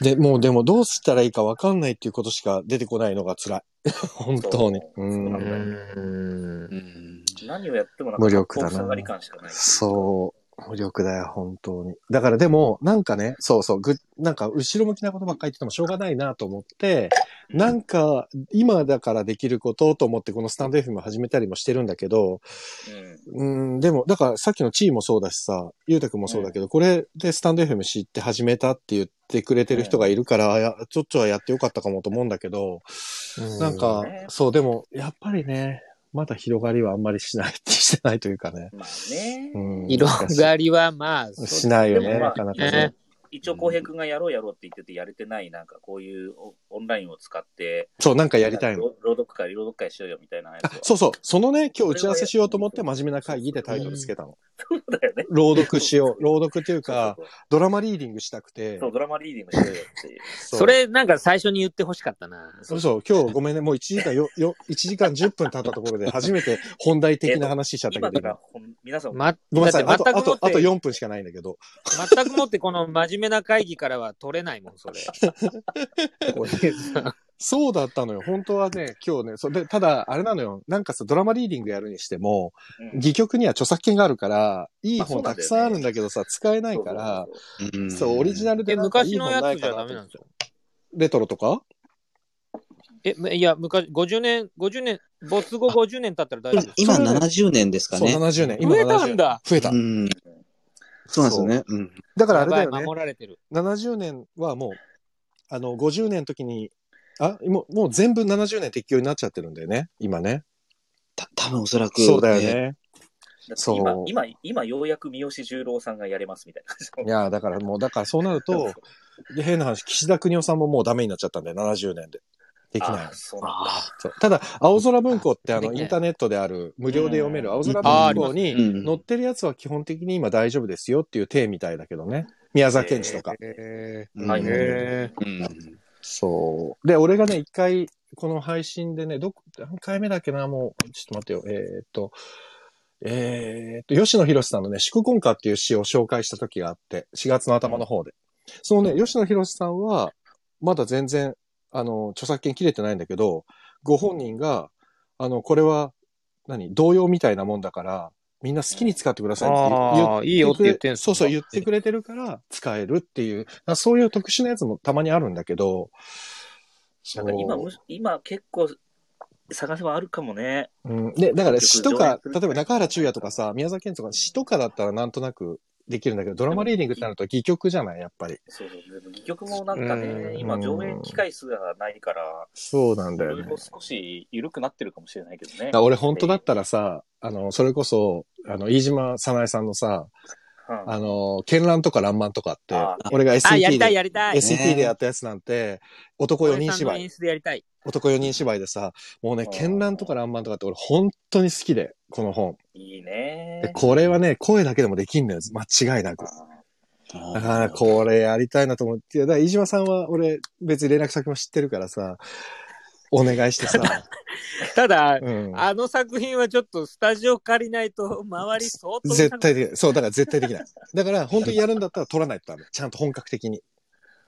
で、もうでもどうしたらいいかわかんないっていうことしか出てこないのが辛い。 本当に。
そうそう
う
なだ
うん
ん。
よ
ん。
うん。
何をやってもなん
無
か、
力だな
格好下がり感しかない。
そう。無力だよ、本当に。だからでも、なんかね、そうそう、ぐ、なんか、後ろ向きなことばっかり言っててもしょうがないなと思って、なんか、今だからできることと思って、このスタンド FM を始めたりもしてるんだけど、
うん。
うん、でも、だからさっきの地位もそうだしさ、ゆうたくんもそうだけど、これでスタンド FM 知って始めたって言ってくれてる人がいるから、やちょっちょはやってよかったかもと思うんだけど、なんか、そう、でも、やっぱりね、まだ広がりはあんまりしない、 してないというかね。
まあね
う。ん、
色
り
がりはまあ、そう
しないよ
で
ね、
もまあ
なかなかね
ね。
一応、浩平君がやろうやろうって言っててやれてない、なんかこういうオオンラインを使って、
そう、なんかやりたいの。
朗朗読会、朗読会しようよみたいなやつを。
そうそう、そのね、今日打ち合わせしようと思って、真面目な会議でタイトルつけたの。
そうだよね。
朗読しよう。朗読というか、
そうそう
ドラマリーディングしたくて。
そう、ドラマリーディングしようよっていう。
そう
それなんか最初に言ってほしかったな。
そう、今日ごめんね、もう1時間よ、よ、1時間10分経ったところで初めて本題的な話しちゃった
今
け
だ
ど、
からほん、皆さん、
ま、
ごめんなさい、
だ
あ
って
と、
全
あ
く
と
もっ、て、
あと4分しかないんだけど、
全くもってこの真面目な会議からは取れないもん、それ。これさ
そうだったのよ。本当はね、今日ね、そうで、ただ、あれなのよ、なんかさ、ドラマリーディングやるにしても、
うん
戯曲には著作権があるから、いい
まあそう
本
なん
たく
だよね
さんあるんだけどさ、使えないから、
そうそう
うん
そう、オリジナルで
え、
なんかい
昔
い
の
本
や
な
つ
い
じ
か
ゃダ
な
メなん
と。
ですよ。
レトロとか
え、いや、昔、50年、50年、没後50年経ったら大丈夫です。
今
それはね
70年ですか
そう、
ね。
70年。今
増えた
70年。
んだ。
増えた
う。ん。そうなんですよね。うん。
だからあ
や
れだ
ばい、
よね。
守られてる。
70年はもう、あの、50年の時に、あ、もう、もう全部70年適用になっちゃってるんだよね、今ね。
た多分おそらく。
そうだよね。
だって
そう
今、今、今ようやく三好十郎さんがやれますみたいな感じの
いや、だからもう、だからそうなる と、で変な話、岸田邦夫さんももうダメになっちゃったんだよ、70年で。 できない
あ。そうなんだ。
あ
そうただ、青空文庫ってあ
で
の、
きない
インターネットである、無料で読める青空
あー
文
あり
庫
ます
あ。う
に
ん。
載ってるやつは基本的に今大丈夫ですよっていう体みたいだけどね。宮沢賢治とか。
え
うん
はいはい
うん
そう。で、俺がね、一回、この配信でね、どこ、何回目だっけな、もう、ちょっと待ってよ、えーっと、えーっと、吉野博さんのね、祝婚歌っていう詩を紹介した時があって、4月の頭の方で。そのね、吉野博さんは、まだ全然、あの、著作権切れてないんだけど、ご本人が、あの、これは、何、同様みたいなもんだから、みんな好きに使ってくださいって言言
ああ、いいよって言ってんす
そうそう、言ってくれてるから使えるっていう、あそういう特殊なやつもたまにあるんだけど、そ
なんか今
う
む、今結構探せばあるかもね。
うん、で、だから詩と
常連
か
す、る
例えば中原中也とかさ、宮沢賢治とか詩とかだったらなんとなくできるんだけど、ドラマリーディングってなると戯曲じゃない、やっぱり。
そうそう。でも、戯曲もなんか
う
ね、
ん
今上演機会数がないから、
そうなん
い
だよ
ろ
ね
い。ろ少し緩くなってるかもしれないけどね
だか。ら俺本当だったらさ、あの、それこそ、あの、飯島さなえさんのさ、
うん
あの、絢爛とか爛漫とかって
あ、
俺が
あ、
SET
やりたい、
で、
やりたい。
SET でやったやつなんて、男4人
俺さん
芝
の
居
演。出でやりたい。
男4人芝居でさ、もうね
う、ん
絢爛とか爛漫とかって俺本当に好きで、この本。
い
で
いね。
これはね、声だけでもできんのよ。間違いなく。だからこれやりたいなと思って、だから飯島さんは俺別に連絡先も知ってるからさ、お願いしてさ、
ただ、
うん。
あの作品はちょっとスタジオ借りないと周り相当
絶対
で
できない。そう、だから絶対できない。だから本当にやるんだったら取らないとダメ。ちゃんと本格的に。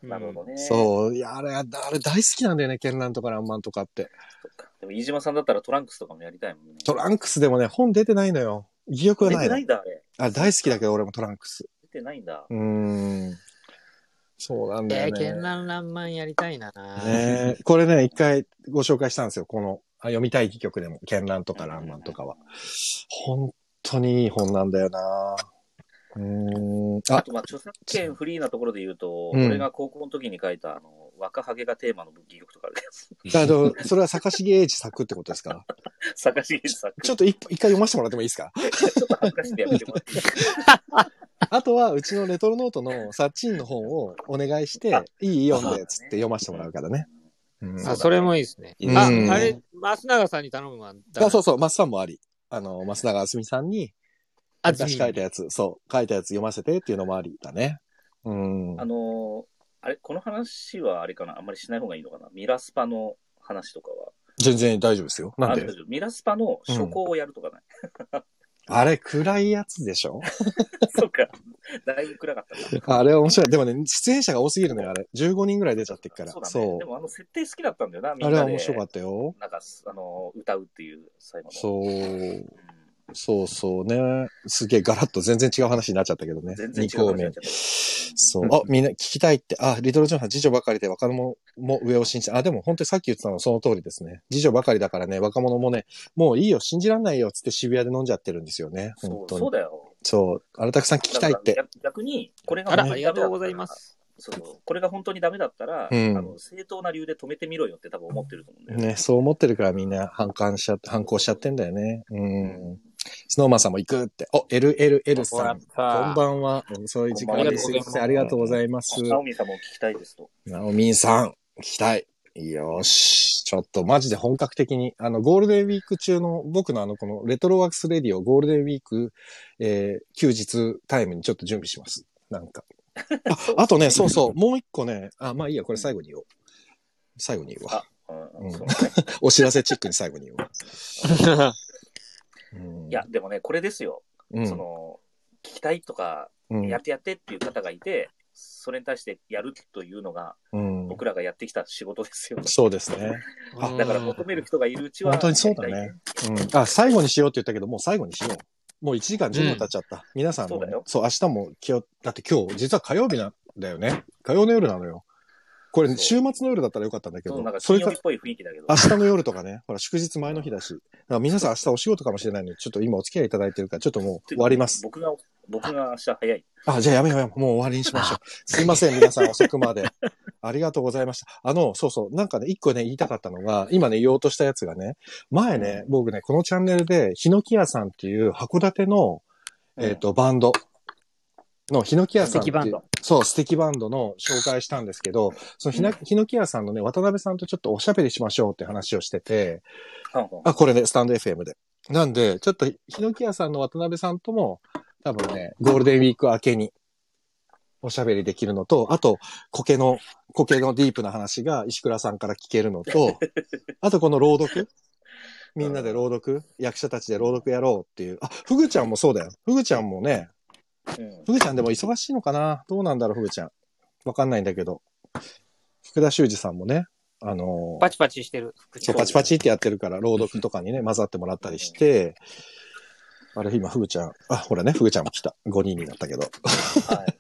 なるほどね。
そう、いや、あれ、あれ大好きなんだよね、絢爛とかランマンとかって。
そっかでも、飯島さんだったらトランクスとかもやりたいもんね。
トランクスでもね、本出てないのよ。疑欲は
出
な
て
いの
ない。んだ、あれ。
あ、大好きだけど俺もトランクス。
出てないんだ。
うーん。そうなんだ
え
よ
ー、
ね。
絢爛爛漫やりたい
ね
な。
えこれね、一回ご紹介したんですよ。この、あ読みたい戯曲でも、絢爛とかランマンとかは。本当にいい本なんだよなうーん。
あ
あ、
と、まあ、著作権フリーなところで言うと、
うん
俺が高校の時に書いた、あの、若ハゲがテーマの文記曲とかあるや つ。
あの、それは坂重英二作ってことですか
坂重作。
ちょっと一一回読ませてもらってもいいですか
ちょっと恥ずかしいんでやめてもらっていい。
あとは、うちのレトロノートのサッチンの本をお願いして
あ、
いい読んで、つって読ませてもらうからね。うん
あ、それもいいですね。
うん
あ、あれ、増永さんに頼むわ。
あそうそう、マッサンもあり。あの、増永あすみさんに、
あ
私書いたやつ、そう、書いたやつ読ませてっていうのもありだね。うん。
あのーあれ、この話はあれかなあんまりしない方がいいのかなミラスパの話とかは。
全然大丈夫ですよ。なん
あ
で
大丈夫ミラスパの初行をやるとかない、
あれ、暗いやつでしょ
そうか。だいぶ暗かったな
あれ面白い。でもね、出演者が多すぎるのよ、あれ。15人ぐらい出ちゃってっから。
そうだね。
そ
でもあの設定好きだったんだよな、みん
う。あれ
なで。
は面白かったよ。
なんか、あのー、歌うっていう最後の。
そう。
うん。
そうそうね。すげえガラッと全然違う話になっちゃったけどね。
全然違
二
う
項
話に
目
なっちゃった
そう。あ、みんな聞きたいって。あ、リトル・ジョンさん、次女ばかりで若者も上を信じて。あ、でも本当にさっき言ってたのはその通りですね。次女ばかりだからね、若者もね、もういいよ、信じらんないよ、つって渋谷で飲んじゃってるんですよね。
そ
本
う
当
そう
に。
だよ。
そう。あれたくさん聞きたいっ
だか
て。
ら逆逆に、これが
あら、
本当
あり
にダメだ
がとう
ったら
ございます。
そう。これが本当にダメだったら、
うん
あの正当な理由で止めてみろよって多分思ってると思うんだよね。
ね、そう思ってるからみんな反感しちゃって、反抗しちゃってんだよね。うん。スノーマンさんも行くって。お、LLL
ほ
さ
ら
ん。こんばんは。うんそういう時間です。す
こんばん
い
は
ません。ありがとうございます。
ナオミさんも聞きたいですと。
なおみんさん、聞きたい。よーし。ちょっとマジで本格的に、あの、ゴールデンウィーク中の僕のあの、このレトロワークスレディオゴールデンウィーク、えー休日タイムにちょっと準備します。なんか。あ、 あとね、そうそう、もう一個ね、あ、まあいいや、これ最後に言おう。最後に言うわ。
う、
うんん
そうね
お知らせチックに最後に言うわ。うん
いや、、でもね、これですよ。
うん、
その、聞きたいとか、
うん、
やってやってっていう方がいて、それに対してやるというのが、
うん、
僕らがやってきた仕事ですよ。
そうですね。あ
だから求める人がいるうちは、
本当にそうだね
やりたい。
うん。あ、最後にしようって言ったけど、もう最後にしよう。もう1時間10分経っちゃった。皆さんも
そうだよ
そう、明日も気を、だって今日、実は火曜日なんだよね。火曜の夜なのよ。これ、
そう
週末の夜だったらよかったんだけ
そ
ど
う、なんか、
そ
金
れ
曜
か
日っ、ぽい雰囲気だけど。
明日の夜とかね、ほら、祝日前の日だし、だから皆さん明日お仕事かもしれないので、ちょっと今お付き合いいただいてるから、ちょっともう終わります。
僕が、僕が明日早い。
あ、じゃあやめようやめよう、もう終わりにし ましょう。すいません、皆さん遅くまで。ありがとうございました。あの、そうそう、なんかね、一個ね、言いたかったのが、今ね、言おうとしたやつがね、前ね、僕ね、このチャンネルで、ヒノキ屋さんっていう函館の、えっ、と、バンドの、ヒノキ屋さんっていう
素敵バンド
そう、素敵バンドの紹介したんですけど、そのひな、ヒノキ屋さんのね、渡辺さんとちょっとおしゃべりしましょうって話をしてて、
はんはん
あ、これね、スタンド FM で。なんで、ちょっと、ヒノキ屋さんの渡辺さんとも、多分ね、ゴールデンウィーク明けに、おしゃべりできるのと、あと、苔の、苔のディープな話が石倉さんから聞けるのと、あとこの朗読みんなで朗読役者たちで朗読やろうっていう。あ、ふぐちゃんもそうだよ。ふぐちゃんもね、
うん
ふぐちゃんでも忙しいのかなどうなんだろう、ふぐちゃん。わかんないんだけど。福田修二さんもね、あのー
パチパチしてる。福地
そう、パチパチってやってるから、朗読とかにね、混ざってもらったりして、あれ、今、ふぐちゃん、あ、ほらね、ふぐちゃんも来た。5人になったけど。
はい。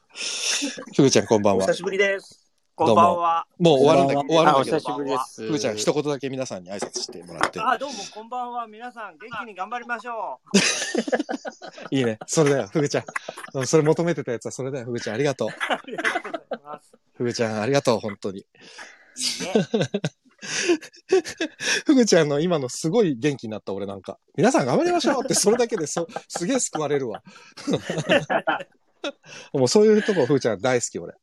ふぐちゃん、こんばん
お
は
久。しぶりです。
こんばんは。
もう終わるんだ
こん
終わ
ば
るんだ
んは
あ、お
けど
久しぶりです。
ふぐちゃん、一言だけ皆さんに挨拶してもらって。
あ、どうもこんばんは。皆さん元気に頑張りましょう。
いいね。それだよ、ふぐちゃん。うんそれ求めてたやつは、それだよ、ふぐちゃん、ありがとう。
ありがとうございます。
ふぐちゃん、ありがとう、本当に。
いいね。
ふぐちゃんの今のすごい元気になった、俺なんか。皆さん頑張りましょうって、それだけでそ、 すげえ救われるわ。 もうそういうとこ、ふぐちゃん大好き、俺。
あ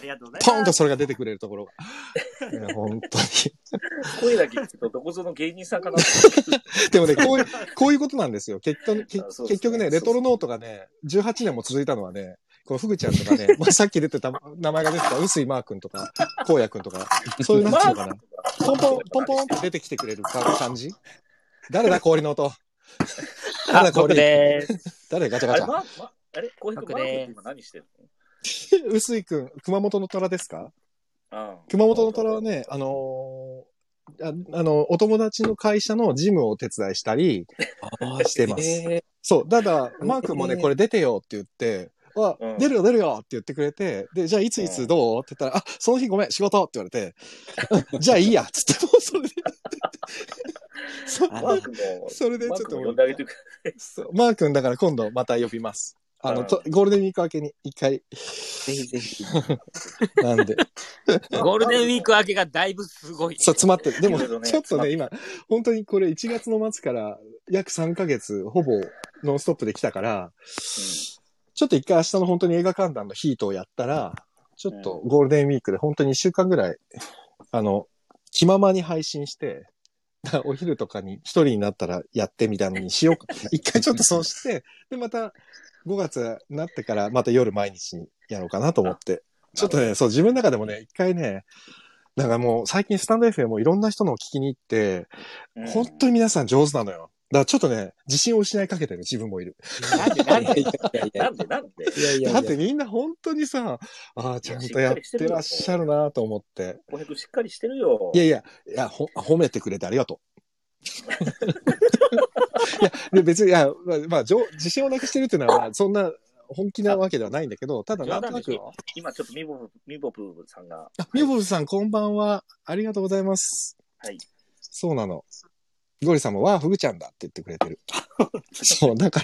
りがとうございます。
ポンとそれが出てくれるところが。いや本当に。
声だけ聞くと、どこぞの芸人さんかなって
でもね、こういう、こういうことなんですよ。結局、け
あそうですね
結局ね、レトロノートがね、18年も続いたのはね、このフグちゃんとかね、まあさっき出てた名前が出てた、臼井マー君とか、荒野君とか、そう いうなんていうのかな。ポンポン、ポンポンって出てきてくれるか感じ誰だ、氷の音。誰
あ、
だ、
僕
氷。
です。
誰、ガチャ
あ
ガチャ。
れ、ま、ま、あれ小平君、マ
僕
ー
ね
君って今何してる
臼井君、熊本の虎ですか
のうん
熊本の虎はね、あのーああの、お友達の会社のジムをお手伝いしたり、してます
え
そう、ただ、マー君もね、
えー
これ出てよって言って、あ
うん
出るよ出るよって言ってくれて、で、じゃあいついつどうって言ったら、あ、その日ごめん、仕事って言われて、 うんじゃあいいやっつって、もうそれで。そ
あ
マー君も、
それでちょっと
マー君も呼んであげてくれ。
そうマー君だから今度また呼びます。あの、とゴールデンウィーク明けに一回、
ー、 ぜひぜひ。
なん で。
ゴールデンウィーク明けがだいぶすごい。
そう、詰まってる。でも、
いろいろ ね
ちょっとね、今、本当にこれ1月の末から約3ヶ月、ほぼノンストップできたから、ちょっと一回明日の本当に映画観覧のヒートをやったら、ちょっとゴールデンウィークで本当に1週間ぐらい、あの、気ままに配信して、 だからお昼とかに一人になったらやってみたいのにしよう か。一回ちょっとそうして、で、また5月になってからまた夜毎日にやろうかなと思って。ちょっとね、そう、自分の中でもね、一回ね、だからもう最近スタンド FM もいろんな人のを聞きに行って、
うん
本当に皆さん上手なのよ。だからちょっとね、自信を失いかけてる自分もいる。
なんでなんで
いやいや
なんでなんで
いやいやいや
だってみんな本当にさ、ああ、ちゃんとやってらっしゃるなと思って。
小平君しっかりしてるよ。
いやいや、いや、ほ、褒めてくれてありがと う。いや、で別に、いや、まあ、まあ、じょ自信をなくしてるっていうのは、まあそんな本気なわけではないんだけど、ただなん
冗
と
談
な
でし
く、
ょ今ちょっとミボブミボブーさんが、
あ、ミボブさんこんばんは。ありがとうございます。
はい。
そうなの。ゴリさんも、わあ、フグちゃんだって言ってくれてる。そう、だか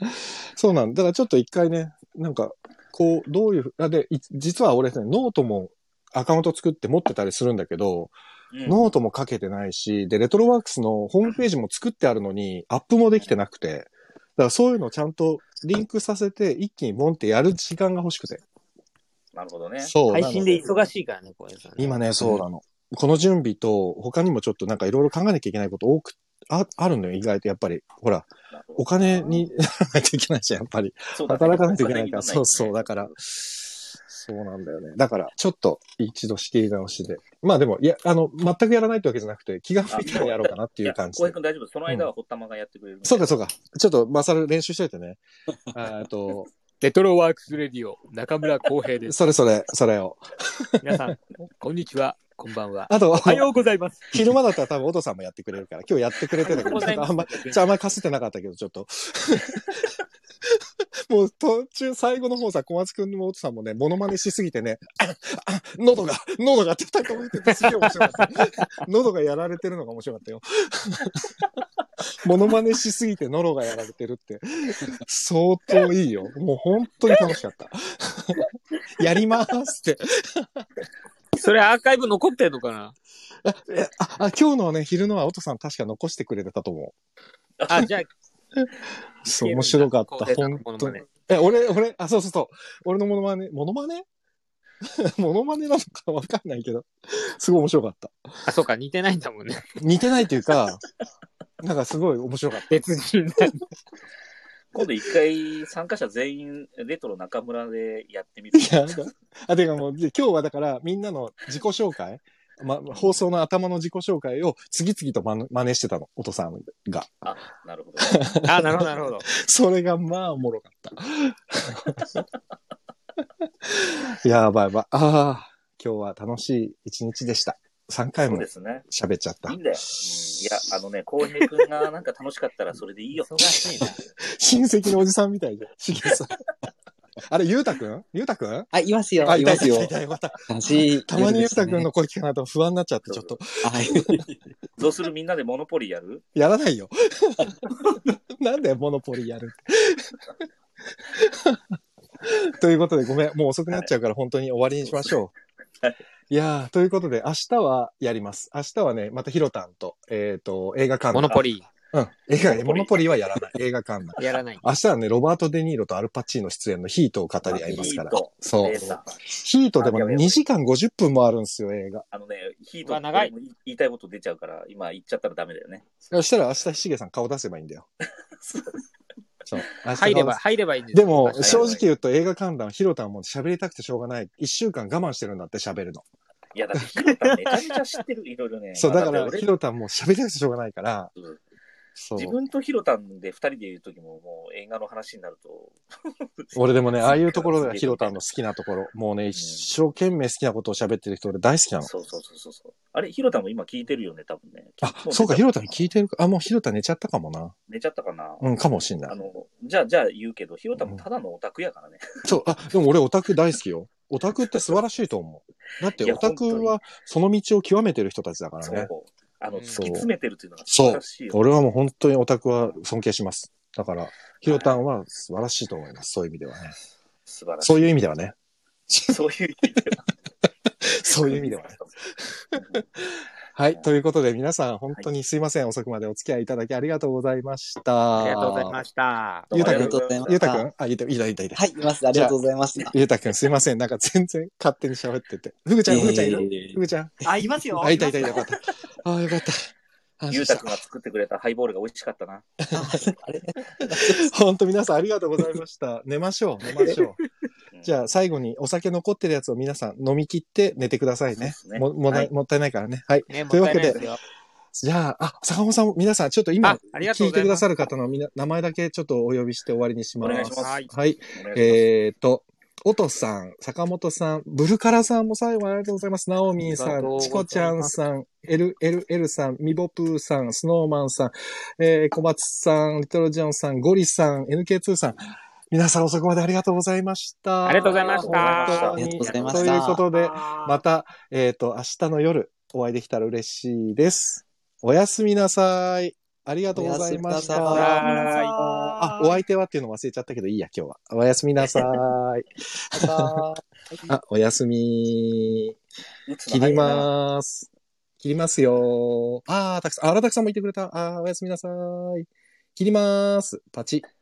ら、そうなんだ。からちょっと一回ね、なんか、こう、どういうふ、あで、い実は俺ね、ノートもアカウント作って持ってたりするんだけど、
うん
ノートもかけてないし、で、レトロワークスのホームページも作ってあるのに、アップもできてなくて、だからそういうのをちゃんとリンクさせて、一気にボンってやる時間が欲しくて。
なるほどね。
そう。
配信で
なの
忙しいからね、これさん。
今ね、そうなの。この準備と、他にもちょっとなんかいろいろ考えなきゃいけないこと多く、ああるのよ、意外とやっぱり。ほら、
なるほど
お金になら ないといけないじゃん、やっぱり。
そうだね
働かないといけないか
お
ら。
金に
そうそう、だから。そうなんだよね。だから、ちょっと一度仕切り直しで。まあでも、いや、あの、全くやらないってわけじゃなくて、気が向いたらやろうかなって
い
いう
や、
感じ
小
で
平。君大丈夫。その間は堀玉がやってくれる。。
そうか、そううか。ちょっと、まさる練習しといて ね。えっと、
レトロワークスレディオ、中村浩 平です。
それそれ、それを。
皆さん、こんにちは、こんばんは。
あと、
おはようございます。
昼間だったら多分、お父さんもやってくれるから、今日やってくれてるけど、
おは
ちょ
よ
っと
うござ
あ
い
んま
ま
り、ちょっとあんまりかすってなかったけど、ちょっと。 もう途中、最後の方さ、小松くんもお父さんもね、モノマネしすぎてね、あ、あ、喉が、喉がって二人とも言っててすげえ面白かった。 喉がやられてるのが面白かったよ。 モノマネしすぎて喉がやられてるって、相当いいよ。もう本当に楽しかった。 やりまーすって。
それアーカイブ残ってんのかな
えあ、あ、今日のね、昼のは、おとさん確か残してくれてたと思
あ、じゃあ、
う。 そう、面白かっ
浩
た。
平さんの
本
モノ
当
マ
に
ネ。
え、俺、俺、あ、そうそうそう。俺のモノマネ、モノマネ モノマネなのかわかんないけど、すごい面白かった。
あ、そうか、似てないんだもんね。
似てないという か、なんかすごい面白かった。
別人だ。
今度一回参加者全員レトロ中村でやってみる。
いや、なんかあ、てかもう、で今日はだから、みんなの自己紹介、ま、放送の頭の自己紹介を次々とまね真似してたの、おとさんが。
あ、なるほ ど。
あ、なるほど、なるほど。
それがまあおもろか った。やばいやばい。ああ、今日は楽しい一日でした。3回
そう
も
ですね。
喋っちゃった
いい。んだよ。うんいや、あのね、浩平君がなんか楽しかったらそれでいいよ。
忙しいな。
親戚のおじさんみたいじゃん。しげさん。 あれ、ゆうたくんゆうたくん
あ、いますよ、
あ、
い
い
ま
たいた
す
い
よ
た。いたよかった。
楽しい。
たまにゆう
夜です
た
ね
くんの。声聞かないと不安になっちゃって、ちょっと。
はい。
どうするみんなでモノポリやる
やらないよ。なんでモノポリやる って。ということで、ごめん。もう遅くなっちゃうから、本当に終わりにしましょう。、
はい
やー、ということで、明日はやります。明日はね、またヒロタンと、えっ、と、映画館
モノポリ
うん。映画、モ
モノポリ
ノポリはやらない。映画館だ。
ー、やらない。
明日はね、ロバート・デ・ニーロとアルパチーノ出演のヒートを語り合いますから
ヒート。
そう
レ。ーサー
ヒートでも
あやば
ね、
いやばい
2時間50分もあるんですよ、映画。
あのね、ヒー
う
ト
わ長い
これも言いたいこと出ちゃうから、今言っちゃったらダメだよね。
そしたら明日、しげさん顔出せばいいんだよ。 そう。明日顔出せ
入れば、入ればいいんです
で
よ
も、
確かに
正直言うと映画観覧、ヒロタンも喋りたくてしょうがない。一週間我慢してるんだって喋るの。
いや、だってヒートめちゃめちゃ知ってる、いろいろね。
そう、だから、
俺
ヒロタンも喋りたくてしょうがないから、そう
自。分とヒロタンで二人でいるときも、もう映画の話になると。
俺でもね、ああいうところ
すげ
が
え
ヒロタンの好きなところ。もうね、一生懸命好きなことを喋ってる人、俺大好きなの。
そうそうそうそうそう。あれ、ヒロタンも今聞いてるよね、多分ね。
あ
も、
そうか、ヒ
寝ちゃ
ロ
った
タン聞いてるか。あ、もうヒロタン寝ちゃったかもな。
寝ちゃったかな。
うん、かもしんな
あ
い。
の、じゃあ、じゃあ言うけど、ヒロタンもただのオタクやからね。
そう、あ、でも俺オタク大好きよ。オタクって素晴らしいと思う。だっ
い
て
や
オタクはその道を極めてる人たちだから
そ
ね
う。。あの、
う
突
ん
き詰めてるっていうのが素
そう
晴らしいよ。
俺はもう本当にオタクは尊敬します。だから、ヒロタンは素晴らしいと思います。そういう意味ではね。
素晴らし
そういう意味ではね。
い。 そういう意味では。
そういう意味ではね。はい。ということで皆さん本当にすいません。遅くまでお付き合いいただきありがとうございました。
ありがとうございま
し
した。
ゆうた
あ
くん
りがとうございました。
ゆうたくんあ、ゆうた、いたいたいた。
はい、います。ありがとうございました。
ゆうたくんすいません。なんか全然勝手に喋ってて。ふぐちゃん、ふぐちゃんいる
えー
ふぐちゃん。
あ、いますよ。
あ、いたいたいた。よかった。あ、よかった。
ゆうたくんが作ってくれたハイボールが美味しかったな。
本当皆さんありがとうございました。寝ましょう、寝ましょ
うん
う。じゃあ最後にお酒残ってるやつを皆さん飲み切って寝てくださいね。
そうですね
ももだ
はい
もったいないからね。はい。
ね、も
という
っ
わ
たい
け
ない
で
ですよ。
じゃあ、あ、坂本さん、皆さん、ちょっと今
あ、ありがとう
聞い
ござ
て
い
く
ま
だ
す
さる方のみな名前だけちょっとお呼びして終わりにします。
お願いします
は
は
い
い。
お願いします
えっと、おとさん、坂本さん、ブルカラさんも最後ありがとうございます。ナオミン
あり
さ
がとうご
ん、
ざい
チ
ま
コ
す
ちゃんさん、エル、エル、エルさん、ミボプーさん、スノーマンさん、えー、小松さん、リトルジョンさん、ゴリさん、NK2 さん、皆さん遅くまでありがとうございました。
ありがとうございました
本当に
ありがとうございま
と
した
いうことで、ま
ま
た、えっ、と、明日の夜、お会いできたら嬉しいです。おやすみなさい。ありがとうございまし
おやすみなさい
た。あ、
あ
お相手はっていうの忘れちゃったけど、いいや、今日は。おやすみなさい。あ、おやすみ。
打つ
切
の早
り
いな。
まーす。切りますよー。あー、たくさん、あらたくさんも言ってくれた。あー、おやすみなさい。切りまーす。パチッ。